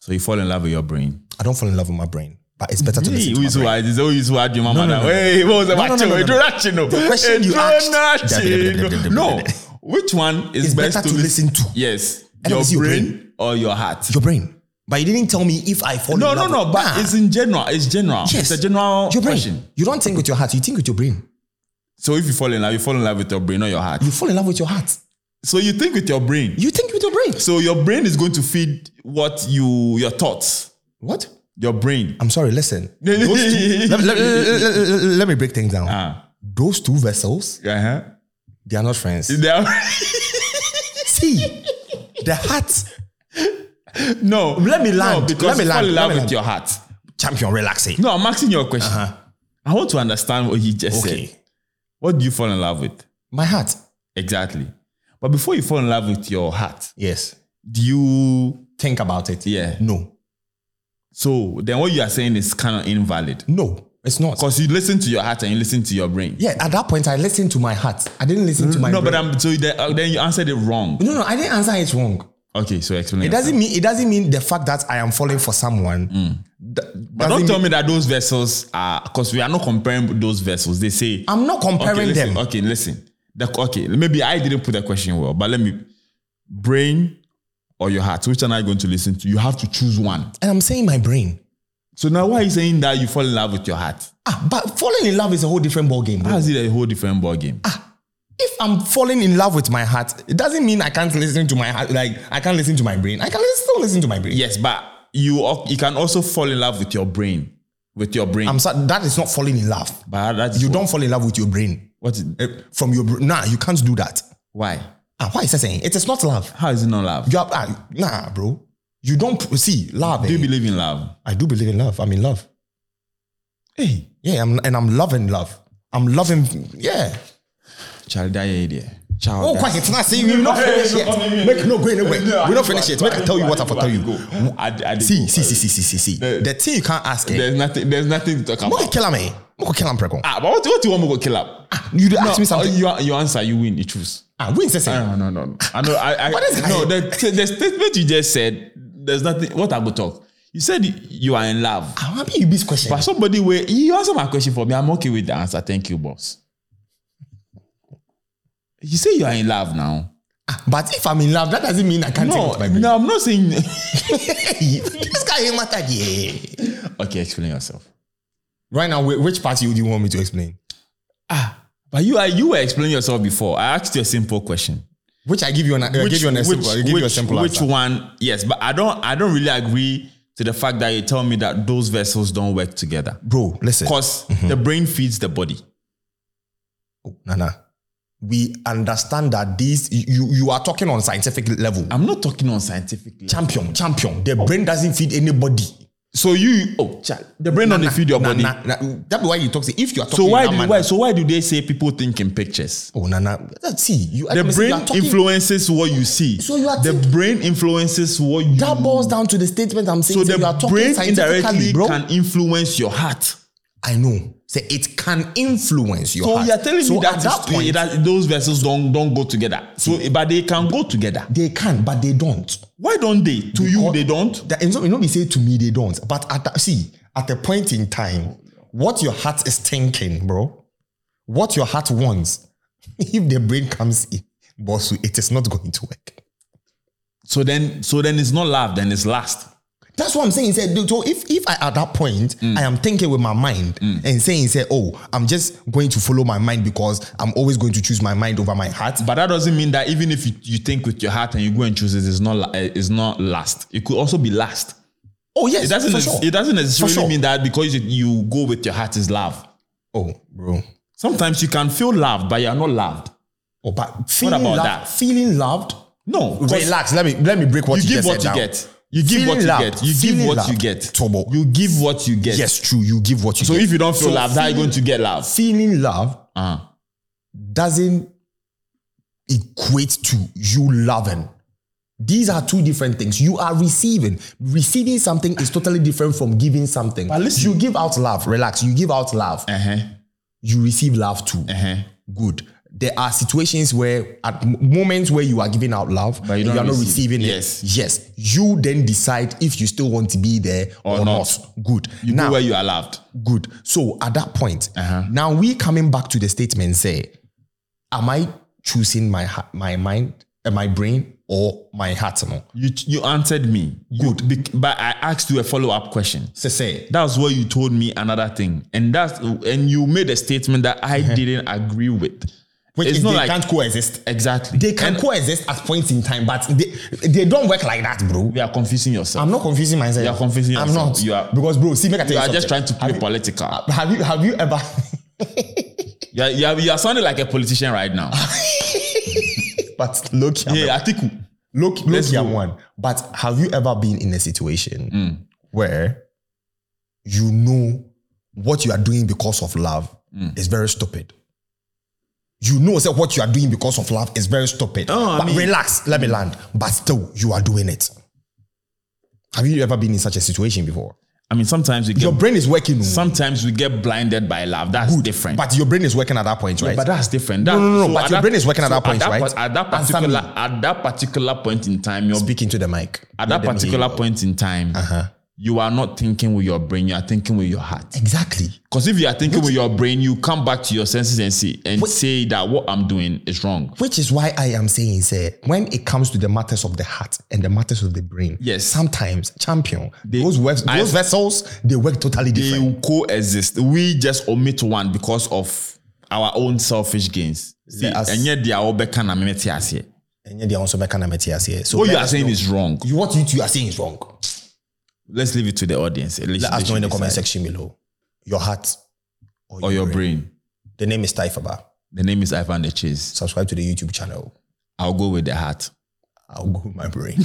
[SPEAKER 2] so you fall in love with your brain
[SPEAKER 1] I don't fall in love with my brain, but it's better to
[SPEAKER 2] Hey,
[SPEAKER 1] listen to
[SPEAKER 2] who
[SPEAKER 1] my
[SPEAKER 2] is who
[SPEAKER 1] brain.
[SPEAKER 2] I- is who is who I do,
[SPEAKER 1] no,
[SPEAKER 2] mama, now?
[SPEAKER 1] no, no.
[SPEAKER 2] Hey, what was the
[SPEAKER 1] No, no,
[SPEAKER 2] matter?
[SPEAKER 1] no, no, no.
[SPEAKER 2] Introduction,
[SPEAKER 1] The question you asked-
[SPEAKER 2] Introduction. No, which one is
[SPEAKER 1] It's
[SPEAKER 2] best
[SPEAKER 1] better to listen to
[SPEAKER 2] Yes,
[SPEAKER 1] I don't
[SPEAKER 2] your
[SPEAKER 1] see your
[SPEAKER 2] brain or your heart.
[SPEAKER 1] your brain. But you didn't tell me if I fall
[SPEAKER 2] No,
[SPEAKER 1] in
[SPEAKER 2] no,
[SPEAKER 1] love.
[SPEAKER 2] no.
[SPEAKER 1] with-
[SPEAKER 2] But
[SPEAKER 1] Ah,
[SPEAKER 2] it's in general. It's general.
[SPEAKER 1] Yes.
[SPEAKER 2] It's a general
[SPEAKER 1] your brain.
[SPEAKER 2] question.
[SPEAKER 1] You don't think with your heart, you think with your brain.
[SPEAKER 2] So if you fall in love, you fall in love with your brain or your heart.
[SPEAKER 1] You fall in love with your heart.
[SPEAKER 2] So you think with your brain.
[SPEAKER 1] You think with your brain.
[SPEAKER 2] So your brain is going to feed what you your thoughts.
[SPEAKER 1] What?
[SPEAKER 2] Your brain.
[SPEAKER 1] I'm sorry, listen.
[SPEAKER 2] Those two-
[SPEAKER 1] let, let- let- let- let- let me break things down.
[SPEAKER 2] Ah,
[SPEAKER 1] Those two vessels,
[SPEAKER 2] uh-huh.
[SPEAKER 1] they are not friends.
[SPEAKER 2] They are-
[SPEAKER 1] See, the heart
[SPEAKER 2] no.
[SPEAKER 1] Let me land.
[SPEAKER 2] No, because
[SPEAKER 1] Let me
[SPEAKER 2] you
[SPEAKER 1] land.
[SPEAKER 2] fall in
[SPEAKER 1] Let
[SPEAKER 2] love
[SPEAKER 1] me
[SPEAKER 2] with
[SPEAKER 1] land.
[SPEAKER 2] your heart.
[SPEAKER 1] champion, relaxing.
[SPEAKER 2] No, I'm asking you a question. I want to understand what you just said.
[SPEAKER 1] Okay.
[SPEAKER 2] What do you fall in love with?
[SPEAKER 1] My heart.
[SPEAKER 2] Exactly. But before you fall in love with your heart,
[SPEAKER 1] Yes.
[SPEAKER 2] do you
[SPEAKER 1] Think about it.
[SPEAKER 2] yeah.
[SPEAKER 1] No.
[SPEAKER 2] So then what you are saying is kind of invalid.
[SPEAKER 1] No, it's not.
[SPEAKER 2] Because you listen to your heart and you listen to your brain.
[SPEAKER 1] Yeah, at that point, I listened to my heart. I didn't listen to my
[SPEAKER 2] Mm, no, but
[SPEAKER 1] brain.
[SPEAKER 2] I'm so the, uh, then you answered it wrong.
[SPEAKER 1] no, no, I didn't answer it wrong.
[SPEAKER 2] Okay, so explain.
[SPEAKER 1] It doesn't mean it doesn't mean the fact that I am falling for someone.
[SPEAKER 2] Mm.
[SPEAKER 1] that-
[SPEAKER 2] But
[SPEAKER 1] doesn't
[SPEAKER 2] don't tell
[SPEAKER 1] mean-
[SPEAKER 2] me that those vessels are because we are not comparing those vessels. They say
[SPEAKER 1] I'm not
[SPEAKER 2] okay,
[SPEAKER 1] comparing
[SPEAKER 2] listen,
[SPEAKER 1] them.
[SPEAKER 2] okay, listen. The- okay, maybe I didn't put the question well, but let me brain or your heart. Which one are you going to listen to? You have to choose one.
[SPEAKER 1] And I'm saying my brain.
[SPEAKER 2] So now why are you saying that you fall in love with your heart?
[SPEAKER 1] Ah, but falling in love is a whole different ballgame. bro.
[SPEAKER 2] How is it a whole different ball game?
[SPEAKER 1] If I'm falling in love with my heart, it doesn't mean I can't listen to my heart. Like I can't listen to my brain. I can listen, still listen to my brain.
[SPEAKER 2] Yes, but you al- you can also fall in love with your brain, with your brain.
[SPEAKER 1] I'm sorry, that is not falling in love.
[SPEAKER 2] but that's
[SPEAKER 1] You don't fall in love with your brain.
[SPEAKER 2] What? is-
[SPEAKER 1] Eh, From your brain, nah, you can't do that.
[SPEAKER 2] Why?
[SPEAKER 1] Ah, why is that saying? It is not love.
[SPEAKER 2] How is it not love?
[SPEAKER 1] You are, ah, nah, bro. You don't see love.
[SPEAKER 2] Do you
[SPEAKER 1] eh?
[SPEAKER 2] believe in love?
[SPEAKER 1] I do believe in love. I'm in love.
[SPEAKER 2] Hey,
[SPEAKER 1] Yeah, I'm, and I'm loving love. I'm loving. Yeah.
[SPEAKER 2] child, that idea. Child,
[SPEAKER 1] Oh,
[SPEAKER 2] that-
[SPEAKER 1] quiet! Now, see, we're not finished yet. Make no go anywhere. We're not finished yet. Make I tell you what I for tell you.
[SPEAKER 2] I, I
[SPEAKER 1] See, see, see, see, see, see, see.
[SPEAKER 2] The-
[SPEAKER 1] The thing you can't ask. eh,
[SPEAKER 2] There's nothing. There's nothing to talk about.
[SPEAKER 1] Moko kill am, eh? Moko kill am, preko.
[SPEAKER 2] Ah, but what, what do you want me to go kill up?
[SPEAKER 1] Ah, You dey ask
[SPEAKER 2] No, oh,
[SPEAKER 1] me something.
[SPEAKER 2] You, you answer. You win. You choose.
[SPEAKER 1] Ah, we insist. eh?
[SPEAKER 2] No, no, no, no. I know. I, I
[SPEAKER 1] What is
[SPEAKER 2] no. The, the statement you just said. There's nothing. What I go talk. You said you are in love,
[SPEAKER 1] I want Ah, you this question.
[SPEAKER 2] but somebody where you answer my question for me. I'm okay with the answer. Thank you, boss. You say you are in love now.
[SPEAKER 1] Ah, But if I'm in love, that doesn't mean I can't
[SPEAKER 2] No,
[SPEAKER 1] take it to my brain.
[SPEAKER 2] no, I'm not saying.
[SPEAKER 1] this guy ain't matter. Yeah.
[SPEAKER 2] okay, explain yourself.
[SPEAKER 1] Right now, wh- which part you do you want me to explain?
[SPEAKER 2] Ah, But you are you were explaining yourself before. I asked you a simple question.
[SPEAKER 1] Which I give you an, I give you an example. I give you a simple
[SPEAKER 2] which
[SPEAKER 1] answer.
[SPEAKER 2] one? Yes, but I don't. I don't really agree to the fact that you tell me that those vessels don't work together
[SPEAKER 1] Bro, listen.
[SPEAKER 2] because
[SPEAKER 1] Mm-hmm.
[SPEAKER 2] the brain feeds the body.
[SPEAKER 1] Oh, Nana, we understand that these you you are talking on scientific level.
[SPEAKER 2] I'm not talking on scientifically.
[SPEAKER 1] champion, champion. The brain doesn't feed anybody.
[SPEAKER 2] So you, oh, child, the brain don't feed your body.
[SPEAKER 1] Nana, na, that's why you talk. Say, if you are talking,
[SPEAKER 2] So why
[SPEAKER 1] in that
[SPEAKER 2] do
[SPEAKER 1] manner-
[SPEAKER 2] why? So why do they say people think in pictures?
[SPEAKER 1] Oh, Nana, that, see you.
[SPEAKER 2] The brain
[SPEAKER 1] you are talking,
[SPEAKER 2] influences what you see.
[SPEAKER 1] So you are
[SPEAKER 2] the
[SPEAKER 1] thinking-
[SPEAKER 2] brain influences what you.
[SPEAKER 1] That boils down to the statement I'm
[SPEAKER 2] so
[SPEAKER 1] saying. So
[SPEAKER 2] the
[SPEAKER 1] you are talking
[SPEAKER 2] brain
[SPEAKER 1] scientifically,
[SPEAKER 2] indirectly
[SPEAKER 1] bro.
[SPEAKER 2] can influence your heart.
[SPEAKER 1] I know. So it can influence your
[SPEAKER 2] So
[SPEAKER 1] heart.
[SPEAKER 2] you're telling
[SPEAKER 1] so
[SPEAKER 2] me that,
[SPEAKER 1] at
[SPEAKER 2] is
[SPEAKER 1] that
[SPEAKER 2] true,
[SPEAKER 1] point Hmm.
[SPEAKER 2] that those verses don't don't go together. So, but they can go together.
[SPEAKER 1] they can, but they don't.
[SPEAKER 2] Why don't they? To you,
[SPEAKER 1] Because-
[SPEAKER 2] they don't.
[SPEAKER 1] That, you know, they say to me they don't. But at that, see, at a point in time, what your heart is thinking, bro, what your heart wants, if the brain comes in, boss, it is not going to work.
[SPEAKER 2] So then, so then it's not love. Then it's lust.
[SPEAKER 1] That's what I'm saying. He said, dude, so if if I at that point
[SPEAKER 2] Mm.
[SPEAKER 1] I am thinking with my mind and saying, say, oh, I'm just going to follow my mind because I'm always going to choose my mind over my heart.
[SPEAKER 2] But that doesn't mean that even if you, you think with your heart and you go and choose it, it's not la- eh, it's not lust. It could also be lust.
[SPEAKER 1] Oh yes,
[SPEAKER 2] It doesn't
[SPEAKER 1] for
[SPEAKER 2] nec-
[SPEAKER 1] sure.
[SPEAKER 2] it doesn't necessarily
[SPEAKER 1] sure.
[SPEAKER 2] mean that because you, you go with your heart is love.
[SPEAKER 1] oh, bro.
[SPEAKER 2] Sometimes you can feel loved, but you are not loved.
[SPEAKER 1] Oh, but feeling
[SPEAKER 2] about
[SPEAKER 1] loved,
[SPEAKER 2] that?
[SPEAKER 1] feeling loved.
[SPEAKER 2] No, because
[SPEAKER 1] Relax. Let me let me break what
[SPEAKER 2] you
[SPEAKER 1] you,
[SPEAKER 2] give
[SPEAKER 1] just
[SPEAKER 2] what
[SPEAKER 1] said
[SPEAKER 2] you
[SPEAKER 1] down.
[SPEAKER 2] get. You give
[SPEAKER 1] Feeling
[SPEAKER 2] what you
[SPEAKER 1] loved.
[SPEAKER 2] get. You
[SPEAKER 1] Feeling
[SPEAKER 2] give what
[SPEAKER 1] loved.
[SPEAKER 2] you get.
[SPEAKER 1] Turbo.
[SPEAKER 2] You give what you get.
[SPEAKER 1] Yes, true. You give what you
[SPEAKER 2] So
[SPEAKER 1] get.
[SPEAKER 2] if you don't feel
[SPEAKER 1] So
[SPEAKER 2] loved, how are you
[SPEAKER 1] feeling-
[SPEAKER 2] going to get love?
[SPEAKER 1] feeling love
[SPEAKER 2] Uh-huh.
[SPEAKER 1] doesn't equate to you loving. These are two different things. You are receiving. Receiving something is totally different from giving something.
[SPEAKER 2] But listen-
[SPEAKER 1] you give out love. Relax. You give out love.
[SPEAKER 2] Uh-huh.
[SPEAKER 1] You receive love too.
[SPEAKER 2] Uh-huh.
[SPEAKER 1] Good. There are situations where, at m- moments where you are giving out love,
[SPEAKER 2] But you
[SPEAKER 1] and
[SPEAKER 2] don't
[SPEAKER 1] are not
[SPEAKER 2] receive.
[SPEAKER 1] receiving
[SPEAKER 2] Yes.
[SPEAKER 1] it. Yes. You then decide if you still want to be there or,
[SPEAKER 2] Or
[SPEAKER 1] not.
[SPEAKER 2] not.
[SPEAKER 1] Good.
[SPEAKER 2] You go where you are loved.
[SPEAKER 1] Good. So at that point,
[SPEAKER 2] Uh-huh.
[SPEAKER 1] now we coming back to the statement say, am I choosing my ha- my mind, uh, my brain, or my heart? No.
[SPEAKER 2] You you answered me. You- bec- but I asked you a follow-up question.
[SPEAKER 1] So say,
[SPEAKER 2] That's where you told me another thing. And that's and you made a statement that I didn't agree with.
[SPEAKER 1] Uh-huh. which
[SPEAKER 2] it's
[SPEAKER 1] is
[SPEAKER 2] not
[SPEAKER 1] they
[SPEAKER 2] like
[SPEAKER 1] can't coexist.
[SPEAKER 2] exactly.
[SPEAKER 1] They can
[SPEAKER 2] And
[SPEAKER 1] coexist at points in time, but they, they don't work like that, bro.
[SPEAKER 2] you are confusing yourself.
[SPEAKER 1] I'm not confusing myself.
[SPEAKER 2] You are confusing
[SPEAKER 1] I'm
[SPEAKER 2] yourself.
[SPEAKER 1] not.
[SPEAKER 2] You are-
[SPEAKER 1] because, bro. See, make I tell
[SPEAKER 2] you
[SPEAKER 1] you
[SPEAKER 2] are just
[SPEAKER 1] something.
[SPEAKER 2] trying to play political.
[SPEAKER 1] Have you have you ever?
[SPEAKER 2] You are, you, are, you are sounding like a politician right now.
[SPEAKER 1] but look, I'm
[SPEAKER 2] yeah, Atiku.
[SPEAKER 1] Look,
[SPEAKER 2] Let's
[SPEAKER 1] look, yeah,
[SPEAKER 2] go.
[SPEAKER 1] one. But have you ever been in a situation
[SPEAKER 2] Mm.
[SPEAKER 1] where you know what you are doing because of love
[SPEAKER 2] Mm.
[SPEAKER 1] is very stupid? You know that what you are doing because of love is very stupid.
[SPEAKER 2] Oh, I
[SPEAKER 1] but
[SPEAKER 2] mean-
[SPEAKER 1] relax, let me land. But still, you are doing it. Have you ever been in such a situation before?
[SPEAKER 2] I mean, sometimes we get
[SPEAKER 1] Your brain is working, oh,
[SPEAKER 2] sometimes we get blinded by love. That's different.
[SPEAKER 1] but your brain is working at that point, right?
[SPEAKER 2] But that's different. That,
[SPEAKER 1] no, no, no,
[SPEAKER 2] so
[SPEAKER 1] but
[SPEAKER 2] at
[SPEAKER 1] your brain is working at that point,
[SPEAKER 2] at
[SPEAKER 1] right?
[SPEAKER 2] po- At that
[SPEAKER 1] And some-
[SPEAKER 2] particular, at that particular point in time, your
[SPEAKER 1] Speaking to the mic.
[SPEAKER 2] at that particular point in time,
[SPEAKER 1] Uh-huh.
[SPEAKER 2] you are not thinking with your brain. You are thinking with your heart.
[SPEAKER 1] Exactly.
[SPEAKER 2] Because if you are thinking with your brain, you come back to your senses and see and say that what I'm doing is wrong.
[SPEAKER 1] Which is why I am saying, say, when it comes to the matters of the heart and the matters of the brain,
[SPEAKER 2] Yes.
[SPEAKER 1] sometimes champion those, ves-
[SPEAKER 2] I-
[SPEAKER 1] those vessels they work totally
[SPEAKER 2] They
[SPEAKER 1] different.
[SPEAKER 2] will coexist. We just omit one because of our own selfish gains. See,
[SPEAKER 1] Let us-
[SPEAKER 2] and yet they are all back and I'm not here. What
[SPEAKER 1] And yet they are also making a matter here. So
[SPEAKER 2] you
[SPEAKER 1] let
[SPEAKER 2] are
[SPEAKER 1] us
[SPEAKER 2] saying
[SPEAKER 1] know.
[SPEAKER 2] is wrong.
[SPEAKER 1] You- what you two are saying is wrong.
[SPEAKER 2] Let's leave it to the audience. At least
[SPEAKER 1] Let
[SPEAKER 2] they
[SPEAKER 1] us know in the
[SPEAKER 2] should
[SPEAKER 1] comment
[SPEAKER 2] decide.
[SPEAKER 1] section below. Your heart or,
[SPEAKER 2] Or your brain.
[SPEAKER 1] The name is Taifaba.
[SPEAKER 2] The name is Ivan the Cheese.
[SPEAKER 1] Subscribe to the YouTube channel.
[SPEAKER 2] I'll go with the heart.
[SPEAKER 1] I'll go with my brain.